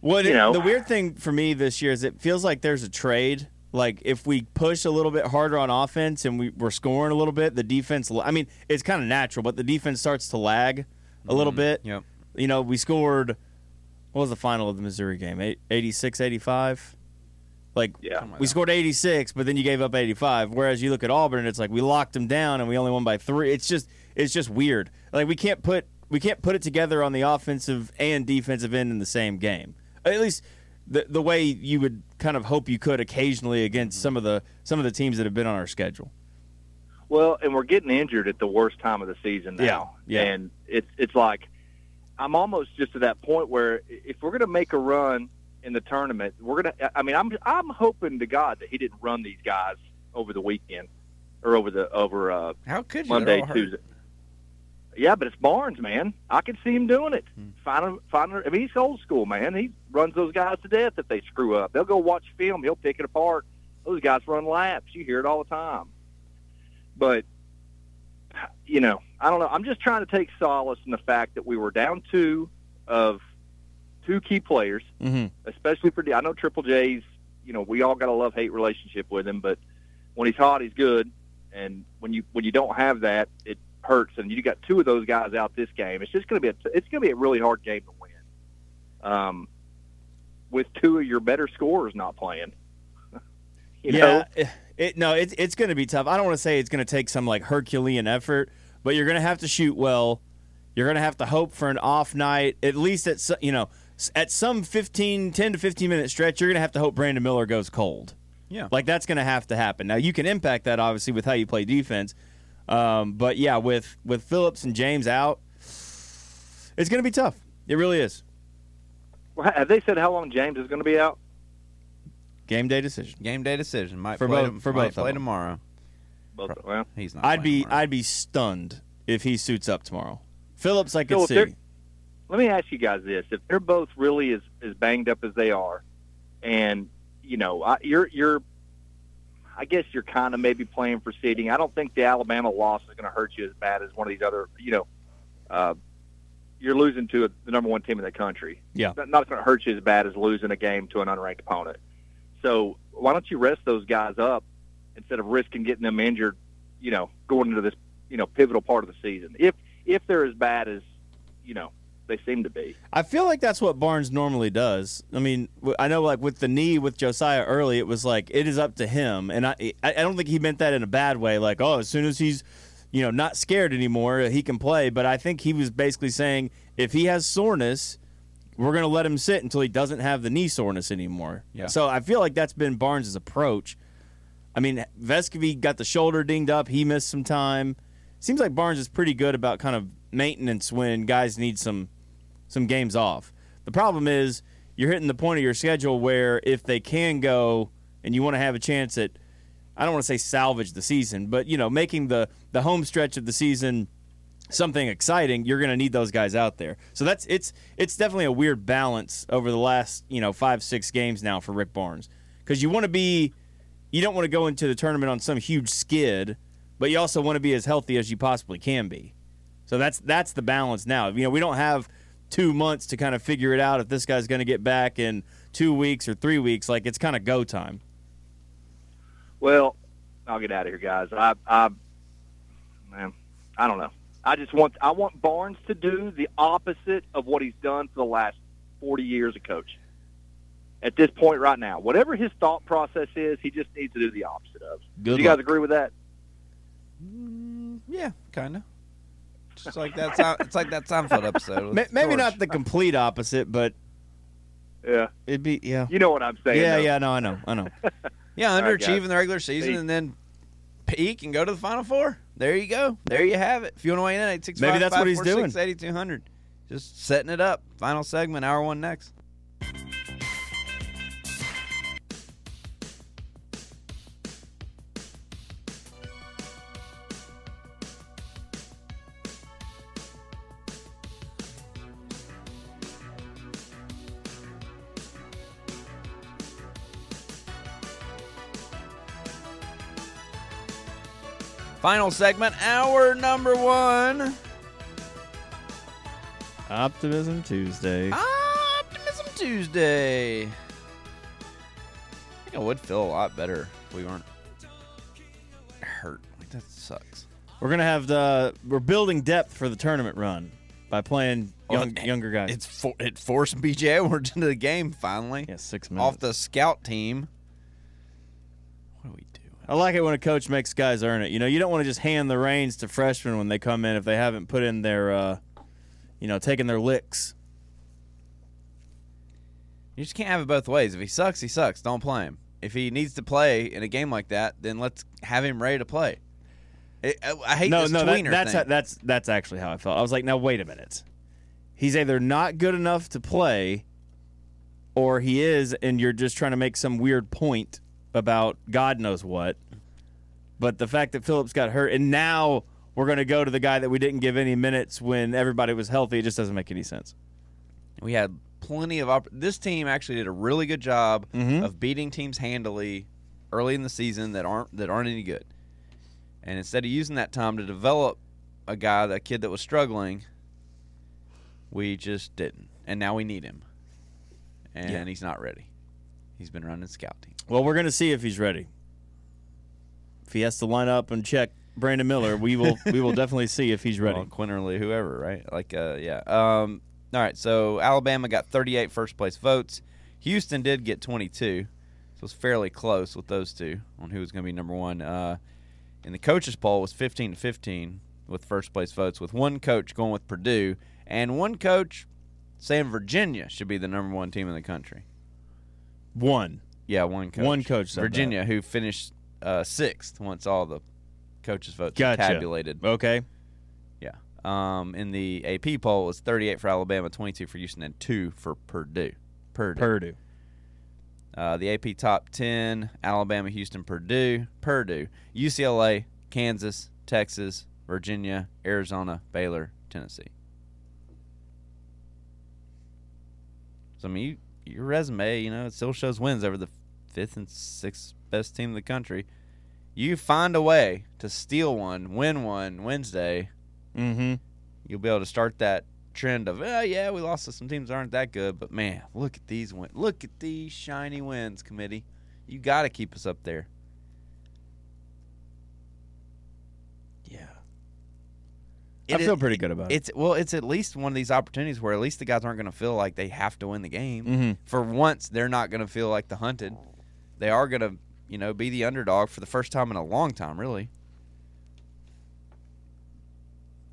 Speaker 8: Well,
Speaker 3: You
Speaker 8: it-
Speaker 3: know.
Speaker 8: the weird thing for me this year is it feels like there's a trade. Like if we push a little bit harder on offense and we, we're scoring a little bit, the defense. I mean, it's kind of natural, but the defense starts to lag a little bit.
Speaker 5: Yep.
Speaker 8: You know, we scored. What was the final of the Missouri game? Eight- 86, 85? Like
Speaker 3: yeah.
Speaker 8: we scored 86, but then you gave up 85. Whereas you look at Auburn, and it's like we locked them down and we only won by three. It's just it's just weird. Like we can't put we can't put it together on the offensive and defensive end in the same game. At least the the way you would kind of hope you could occasionally against some of the some of the teams that have been on our schedule.
Speaker 3: Well, and we're getting injured at the worst time of the season now.
Speaker 8: Yeah, yeah.
Speaker 3: And it's it's like I'm almost just to that point where if we're going to make a run in the tournament, we're going to I mean, I'm I'm hoping to God that he didn't run these guys over the weekend or over the over uh
Speaker 5: How could you? They're
Speaker 3: Monday,
Speaker 5: all hurt.
Speaker 3: Tuesday. Yeah, but it's Barnes, man. I could see him doing it.
Speaker 8: Hmm.
Speaker 3: Find him, find him. I mean, he's old school, man. He runs those guys to death if they screw up. They'll go watch film. He'll pick it apart. Those guys run laps. You hear it all the time. But you know, I don't know. I'm just trying to take solace in the fact that we were down two of two key players,
Speaker 8: Mm-hmm.
Speaker 3: especially for. D- I know Triple J's. You know, we all got a love hate relationship with him, but when he's hot, he's good. And when you when you don't have that, it hurts. And you got two of those guys out this game. It's just going to be a, it's going to be a really hard game to win. Um, with two of your better scorers not playing. you
Speaker 8: yeah,
Speaker 3: know?
Speaker 8: it- it- no, it's it's going to be tough. I don't want to say it's going to take some like Herculean effort, but you're going to have to shoot well. You're going to have to hope for an off night, at least at so- you know s- at some 15, 10 to fifteen minute stretch. You're going to have to hope Brandon Miller goes cold.
Speaker 5: Yeah.
Speaker 8: like that's going to have to happen. Now you can impact that obviously with how you play defense, um, but yeah, with with Phillips and James out, it's going to be tough. It really is.
Speaker 3: Well, Have they said how long James is going to be out?
Speaker 8: Game day decision.
Speaker 5: Game day decision. Might
Speaker 8: For
Speaker 5: play
Speaker 8: both-
Speaker 5: to-
Speaker 8: for
Speaker 5: might
Speaker 8: both of
Speaker 5: play
Speaker 8: them.
Speaker 5: tomorrow.
Speaker 3: Both, well,
Speaker 5: he's not.
Speaker 8: I'd
Speaker 5: playing
Speaker 8: be I'd be stunned if he suits up tomorrow. Phillips, I could
Speaker 3: So if
Speaker 8: see.
Speaker 3: they're- Let me ask you guys this: If they're both really as, as banged up as they are, and you know, I, you're you're, I guess you're kind of maybe playing for seeding. I don't think the Alabama loss is going to hurt you as bad as one of these other. You know, uh, you're losing to the number one team in the country.
Speaker 8: Yeah.
Speaker 3: It's not- not going to hurt you as bad as losing a game to an unranked opponent. So why don't you rest those guys up instead of risking getting them injured? You know, going into this you know pivotal part of the season. If if they're as bad as you know they seem to be.
Speaker 8: I feel like that's what Barnes normally does. I mean, w- I know like with the knee with Josiah early, it was like it is up to him, and I I I don't think he meant that in a bad way. Like oh, as soon as he's you know not scared anymore, he can play. But I think he was basically saying if he has soreness, we're going to let him sit until he doesn't have the knee soreness anymore.
Speaker 5: Yeah.
Speaker 8: So I feel like that's been Barnes' approach. I mean, Vescovy got the shoulder dinged up. He missed some time. Seems like Barnes is pretty good about kind of maintenance when guys need some some games off. The problem is you're hitting the point of your schedule where if they can go and you want to have a chance at I don't want to say salvage the season, but you know, making the the home stretch of the season something exciting, you're going to need those guys out there. So that's it's it's definitely a weird balance over the last you know five six games now for Rick Barnes because you want to be you don't want to go into the tournament on some huge skid, but you also want to be as healthy as you possibly can be. So that's that's the balance now. You know, we don't have two months to kind of figure it out if this guy's going to get back in two weeks or three weeks. Like it's kind of go time.
Speaker 3: Well, I'll get out of here, guys. I, I, man, I don't know. I just want I want Barnes to do the opposite of what he's done for the last forty years of coaching. At this point, right now, whatever his thought process is, he just needs to do the opposite of.
Speaker 5: Good
Speaker 3: do you guys
Speaker 5: luck.
Speaker 3: agree with that?
Speaker 5: tomorrow. Yeah, kind of. It's like that. Sound, it's like that Seinfeld episode.
Speaker 8: Ma-
Speaker 5: with
Speaker 8: Maybe
Speaker 5: George.
Speaker 8: not the complete opposite, but
Speaker 3: Yeah,
Speaker 8: it'd be yeah.
Speaker 3: you know what I'm saying.
Speaker 8: yeah,
Speaker 3: though.
Speaker 8: yeah, no, I know, I know.
Speaker 5: Yeah,
Speaker 3: All right, guys.
Speaker 5: underachieve in the regular season
Speaker 3: See.
Speaker 5: and then peak and go to the final four. There you go. There you have it. If you want to weigh in, eight six
Speaker 8: Maybe that's what he's doing.
Speaker 5: Eighty two hundred. Just setting it up. Final segment, hour one next. Final segment, hour number one.
Speaker 8: Optimism Tuesday.
Speaker 5: Optimism Tuesday. I think I would feel a lot better if we weren't hurt. Like, that sucks.
Speaker 8: We're gonna have the we're building depth for the tournament run by playing young, younger guys.
Speaker 5: It's for, it forced BJ Edwards into the game finally.
Speaker 8: Yeah, six minutes.
Speaker 5: Off the scout team.
Speaker 8: I like it when a coach makes guys earn it. You know, you don't want to just hand the reins to freshmen when they come in if they haven't put in their, uh, you know, taking their licks.
Speaker 5: You just can't have it both ways. If he sucks, he sucks. Don't play him. If he needs to play in a game like that, then let's have him ready to play. It, I, I hate
Speaker 8: no,
Speaker 5: this
Speaker 8: no, that-
Speaker 5: tweener
Speaker 8: that's
Speaker 5: thing.
Speaker 8: how, that's that's actually how I felt. I was like, now wait a minute, he's either not good enough to play, or he is, and you're just trying to make some weird point about God knows what. But the fact that Phillips got hurt, and now we're going to go to the guy that we didn't give any minutes when everybody was healthy, it just doesn't make any sense.
Speaker 5: We had plenty of opp- this team actually did a really good job
Speaker 8: Mm-hmm.
Speaker 5: of beating teams handily early in the season that aren't that aren't any good. And instead of using that time to develop a guy, a kid that was struggling, we just didn't. And now we need him. And
Speaker 8: Yeah.
Speaker 5: he's not ready. He's been running scout team.
Speaker 8: Well, we're going to see if he's ready. If he has to line up and check Brandon Miller, we will we will definitely see if he's ready.
Speaker 5: Well, Quinterly, whoever, right? Like, uh, yeah. Um, all right. So Alabama got 38 first place votes. Houston did get 22, so it was fairly close with those two on who was going to be number one. Uh, and the coaches poll was 15 to 15 with first place votes, with one coach going with Purdue and one coach saying Virginia should be the number one team in the country.
Speaker 8: One.
Speaker 5: Yeah, one coach.
Speaker 8: One coach said that.
Speaker 5: Virginia, who finished uh, sixth once all the coaches' votes
Speaker 8: Gotcha.
Speaker 5: were tabulated.
Speaker 8: Okay.
Speaker 5: Yeah. Um, in the AP poll, it was 38 for Alabama, 22 for Houston, and 2 for Purdue. Purdue.
Speaker 8: Purdue.
Speaker 5: Uh, the AP top 10, Alabama, Houston, Purdue, Purdue, UCLA, Kansas, Texas, Virginia, Arizona, Baylor, Tennessee. So, I mean, you, your resume, you know, it still shows wins over the fifth and sixth best team in the country. You find a way to steal one, win one Wednesday,
Speaker 8: Mm-hmm.
Speaker 5: you'll be able to start that trend of, oh, yeah, we lost to some teams that aren't that good, but man, look at these win, look at these shiny wins, committee. You got to keep us up there.
Speaker 8: Yeah.
Speaker 5: It
Speaker 8: I
Speaker 5: is-
Speaker 8: feel pretty good about it.
Speaker 5: It's well, it's at least one of these opportunities where at least the guys aren't going to feel like they have to win the game.
Speaker 8: Mhm.
Speaker 5: For once, they're not going to feel like the hunted. They are going to, you know, be the underdog for the first time in a long time, really.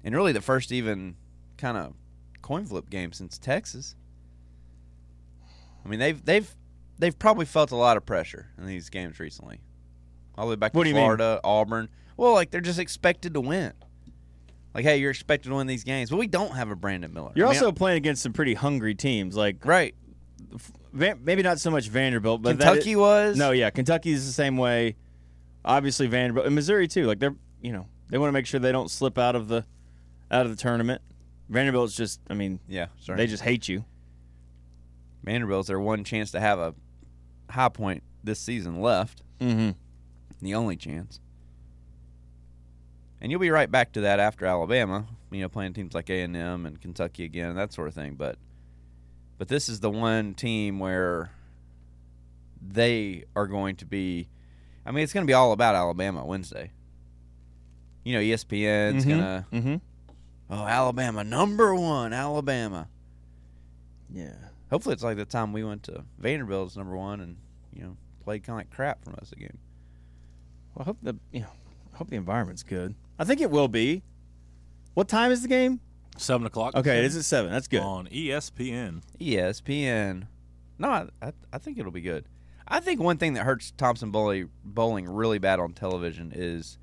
Speaker 5: And really, the first even kind of coin flip game since Texas. I mean, they've they've they've probably felt a lot of pressure in these games recently, all the way back to
Speaker 8: What do you mean?
Speaker 5: Florida, Auburn. Well, like they're just expected to win. Like, hey, you're expected to win these games, but we don't have a Brandon Miller.
Speaker 8: You're
Speaker 5: I mean,
Speaker 8: also playing against some pretty hungry teams, like
Speaker 5: right.
Speaker 8: Van, maybe not so much Vanderbilt, but that
Speaker 5: Kentucky
Speaker 8: is-
Speaker 5: was?
Speaker 8: No, yeah, Kentucky is the same way. Obviously, Vanderbilt and Missouri too. Like they're you know they want to make sure they don't slip out of the out of the tournament. Vanderbilt's just, I mean,
Speaker 5: yeah, sorry.
Speaker 8: they just hate you.
Speaker 5: Vanderbilt's their one chance to have a high point this season left.
Speaker 8: Mm-hmm.
Speaker 5: The only chance. And you'll be right back to that after Alabama, you know, playing teams like A and M and Kentucky again and that sort of thing. But but this is the one team where they are going to be. I mean, it's going to be all about Alabama Wednesday. You know, E ESPN's
Speaker 8: Mhm.
Speaker 5: gonna
Speaker 8: Mm-hmm.
Speaker 5: oh Alabama number one Alabama.
Speaker 8: Yeah.
Speaker 5: Hopefully, it's like the time we went to Vanderbilt's number one and you know played kind of like crap for most of the game.
Speaker 8: Well, I hope the you know, I hope the environment's good. I think it will be. What time is the game?
Speaker 10: Seven o'clock.
Speaker 8: Okay, it is at seven. That's good.
Speaker 10: On E ESPN.
Speaker 5: E ESPN. No, I, I, I think it'll be good. I think one thing that hurts Thompson bowling, bowling really bad on television is,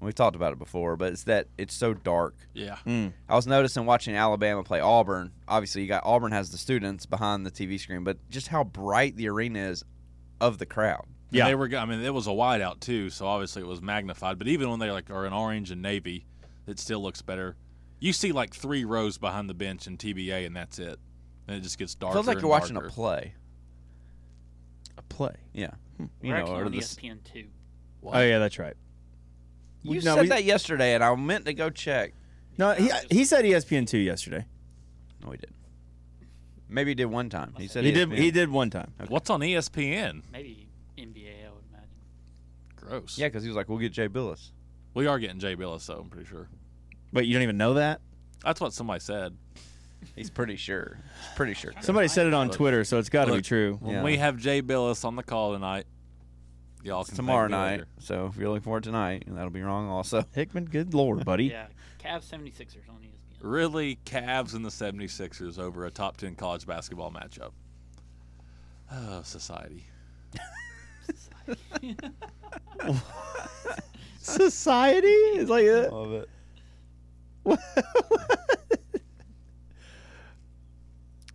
Speaker 5: and we've talked about it before, but it's that it's so dark.
Speaker 10: Yeah.
Speaker 8: Mm.
Speaker 5: I was noticing watching Alabama play Auburn. Obviously, you got Auburn has the students behind the TV screen, but just how bright the arena is of the crowd.
Speaker 8: Yeah.
Speaker 10: They were. go- I mean, it was a wideout too, so obviously it was magnified. But even when they like are in orange and navy, it still looks better. You see like three rows behind the bench in TBA, and that's it. And it just gets darker.
Speaker 5: Feels like
Speaker 10: and
Speaker 5: you're watching
Speaker 10: darker.
Speaker 5: a play. Hmm.
Speaker 8: A play.
Speaker 5: Yeah,
Speaker 6: We're
Speaker 5: you know,
Speaker 6: actually
Speaker 5: or
Speaker 6: on E
Speaker 5: the s-
Speaker 6: ESPN two.
Speaker 8: Oh yeah, that's right.
Speaker 5: You
Speaker 8: no,
Speaker 5: said
Speaker 8: we-
Speaker 5: that yesterday, and I meant to go check.
Speaker 8: No, he he said E ESPN two yesterday.
Speaker 5: No, he didn't. Maybe he did one time. He said E
Speaker 8: He
Speaker 10: E
Speaker 8: did.
Speaker 5: ESPN.
Speaker 8: He did one time.
Speaker 10: What's on E ESPN?
Speaker 6: Maybe NBA, I would imagine.
Speaker 10: Gross.
Speaker 5: Yeah, because he was like, "We'll get Jay Billis."
Speaker 10: We are getting Jay Billis, though, I'm pretty sure.
Speaker 8: But you don't even know that.
Speaker 10: That's what somebody said.
Speaker 5: He's pretty sure. He's pretty sure.
Speaker 8: Somebody said it on
Speaker 10: Look,
Speaker 8: Twitter, so it's got to be
Speaker 10: look,
Speaker 8: true.
Speaker 10: When we have Jay Billis on the call tonight, y'all
Speaker 5: It's
Speaker 10: can thank
Speaker 5: tomorrow
Speaker 10: me
Speaker 5: night.
Speaker 10: later.
Speaker 5: So if you're looking for it tonight, and that'll be wrong also.
Speaker 8: Hickman, good lord, buddy.
Speaker 6: Yeah, Cavs 76ers on E ESPN.
Speaker 10: Really, Cavs and the 76ers over a top 10 college basketball matchup. Oh, society.
Speaker 8: Society is like that.
Speaker 5: Love it.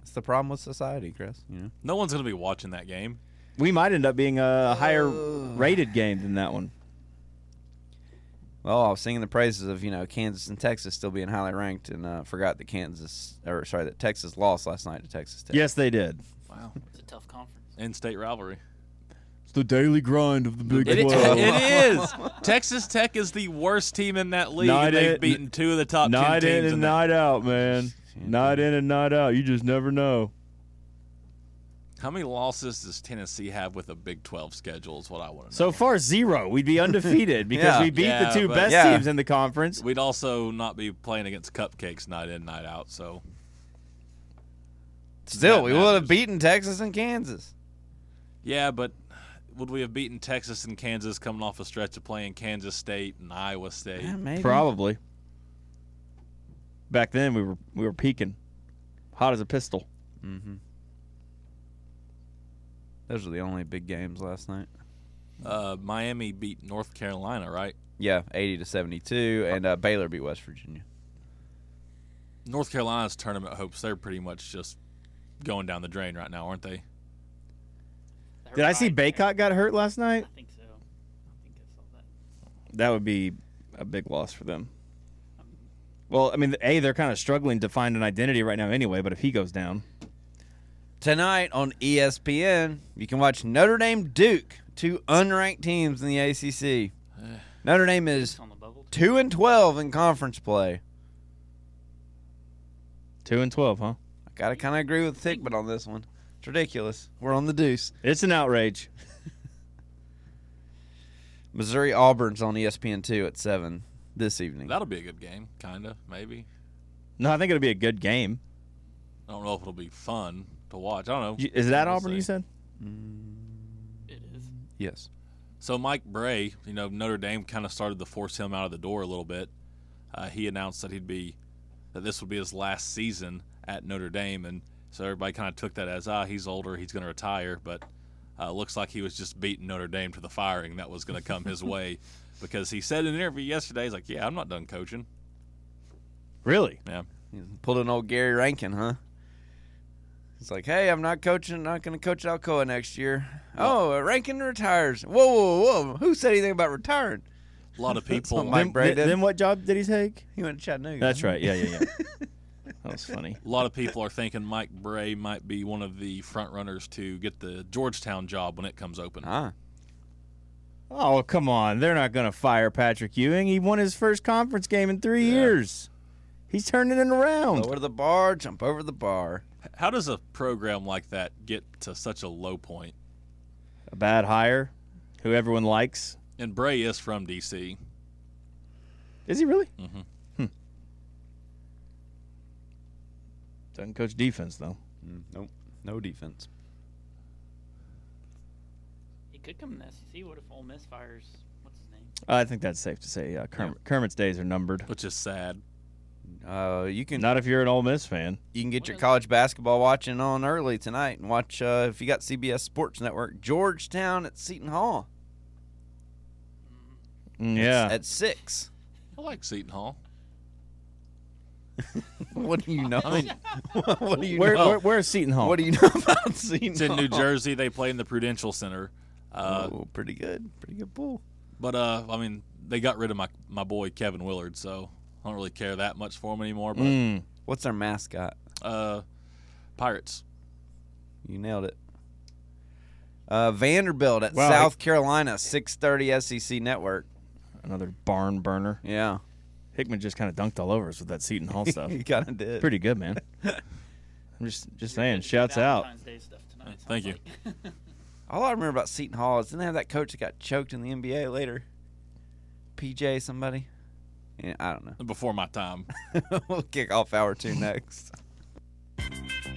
Speaker 5: It's the problem with society, Chris. You know.
Speaker 10: No one's going to be watching that game.
Speaker 8: We might end up being a higher
Speaker 5: Oh.
Speaker 8: rated game than that one.
Speaker 5: Well, I was singing the praises of you know Kansas and Texas still being highly ranked, and uh, forgot that Kansas or sorry that Texas lost last night to Texas Tech.
Speaker 8: Yes, they did.
Speaker 10: Wow.
Speaker 6: It's a tough conference.
Speaker 10: In state rivalry.
Speaker 8: It's the daily grind of the Big
Speaker 10: It, it is. Texas Tech is the worst team in that league.
Speaker 8: Night
Speaker 10: and they've
Speaker 8: in-
Speaker 10: beaten two of the top 10
Speaker 8: night
Speaker 10: teams.
Speaker 8: in and
Speaker 10: in that-
Speaker 8: night out, man. Night in and night out. You just never know.
Speaker 10: How many losses does Tennessee have with a Big 12 schedule? Is what I want to know.
Speaker 8: So far, zero. We'd be undefeated because
Speaker 5: Yeah.
Speaker 8: we beat
Speaker 10: Yeah,
Speaker 8: the two
Speaker 10: but-
Speaker 8: best
Speaker 5: Yeah.
Speaker 8: teams in the conference.
Speaker 10: We'd also not be playing against cupcakes night in, night out. So
Speaker 5: Still,
Speaker 10: That
Speaker 5: we would have
Speaker 10: matters.
Speaker 5: beaten Texas and Kansas.
Speaker 10: yeah, but would we have beaten Texas and Kansas coming off a stretch of playing Kansas State and Iowa State?
Speaker 5: Yeah, maybe.
Speaker 8: Probably. Back then, we were we were peaking, hot as a pistol.
Speaker 5: Those were the only big games last night.
Speaker 10: Uh, Miami beat North Carolina, right?
Speaker 5: Yeah, 80 to 72, and uh, Baylor beat West Virginia.
Speaker 10: North Carolina's tournament hopes—they're pretty much just going down the drain right now, aren't they?
Speaker 6: They're
Speaker 8: Did I see
Speaker 6: right there.
Speaker 8: Baycott got hurt last
Speaker 6: I
Speaker 8: night?
Speaker 6: think so. I think I saw that.
Speaker 8: That would be a big loss for them. Well, I mean, a they're kind of struggling to find an identity right now, anyway. But if he goes down,
Speaker 5: Tonight on E ESPN, you can watch Notre Dame Duke, two unranked teams in the ACC. Notre Dame is
Speaker 6: It's on the bubble.
Speaker 5: 2 and 12 in conference play.
Speaker 8: two and twelve, huh?
Speaker 5: I got to kind of agree with Hickman on this one. It's ridiculous. We're on the deuce.
Speaker 8: It's an outrage.
Speaker 5: Missouri Auburn's on E ESPN 2 at 7 this evening.
Speaker 10: That'll be a good game, kinda, maybe.
Speaker 8: No, I think it'll be a good game.
Speaker 10: I don't know if it'll be fun to watch. I don't know.
Speaker 8: Y- Is that
Speaker 10: We'll
Speaker 8: Auburn? You
Speaker 10: see.
Speaker 8: said
Speaker 6: It is.
Speaker 5: Yes.
Speaker 10: So Mike Bray, you know Notre Dame kind of started to force him out of the door a little bit. Uh, he announced that he'd be that this would be his last season at Notre Dame, and so everybody kind of took that as ah he's older, he's going to retire. But uh, looks like he was just beating Notre Dame to the firing that was going to come his way because he said in an interview yesterday, he's like, yeah, I'm not done coaching.
Speaker 8: really?
Speaker 10: Yeah,
Speaker 5: He pulled an old Gary Rankin, huh? He's like, hey, I'm not coaching, not going to coach Alcoa next year. Oh, Rankin retires. Whoa, whoa, whoa. Who said anything about retiring? Oh,
Speaker 10: a lot of people.
Speaker 5: what Mike
Speaker 8: then,
Speaker 5: Bray
Speaker 8: th-
Speaker 5: did.
Speaker 8: then what job did he take?
Speaker 5: He went to Chattanooga.
Speaker 8: That's right. Yeah, yeah, yeah. that was funny.
Speaker 10: A lot of people are thinking Mike Bray might be one of the front runners to get the Georgetown job when it comes open.
Speaker 5: Ah,
Speaker 8: Oh, come on. They're not going to fire Patrick Ewing. He won his first conference game in three years. He's turning it around.
Speaker 5: lower the bar, jump over the bar.
Speaker 10: How does a program like that get to such a low point?
Speaker 8: A bad hire who everyone likes.
Speaker 10: And Bray is from DC.
Speaker 8: Is he really?
Speaker 5: Mm-hmm.
Speaker 10: Mhm.
Speaker 8: Hmm. Doesn't coach defense, though.
Speaker 5: Nope. No defense.
Speaker 6: He could come in the SEC. What if Ole Miss fires? What's his name?
Speaker 8: I think that's safe to say. Uh, Kermit, Kermit's days are numbered.
Speaker 10: Which is sad.
Speaker 5: Uh, you can
Speaker 8: Not if you're an Ole Miss fan.
Speaker 5: you can get your college basketball watching on early tonight and watch uh, if you got CBS Sports Network Georgetown at Seton Hall
Speaker 8: Mm, Yeah.
Speaker 5: at six.
Speaker 10: I like Seton Hall.
Speaker 5: What do you know? what do you
Speaker 8: Where,
Speaker 5: know?
Speaker 8: where, oh. where's Seton Hall?
Speaker 5: what do you know about Seton?
Speaker 10: It's in New
Speaker 5: Hall?
Speaker 10: Jersey. They play in the Prudential Center. Uh,
Speaker 5: oh, pretty good. Pretty good pool.
Speaker 10: But, uh, I mean, they got rid of my, my boy Kevin Willard, so I don't really care that much for him anymore. But
Speaker 8: Mm.
Speaker 5: What's their mascot?
Speaker 10: uh, Pirates.
Speaker 5: You nailed it. Uh, Vanderbilt at
Speaker 8: Wow.
Speaker 5: South Carolina, 6:30 SEC E Network.
Speaker 8: Another barn burner.
Speaker 5: Yeah.
Speaker 8: Hickman just kind of dunked all over us with that Seton Hall stuff.
Speaker 5: He kinda did.
Speaker 8: Pretty good, man. I'm just just saying. Shouts out.
Speaker 10: Thank you.
Speaker 5: All I remember about Seton Hall is didn't they have that coach that got choked in the NBA later? PJ somebody? Yeah, I don't know.
Speaker 10: Before my time.
Speaker 5: we'll kick off hour two next.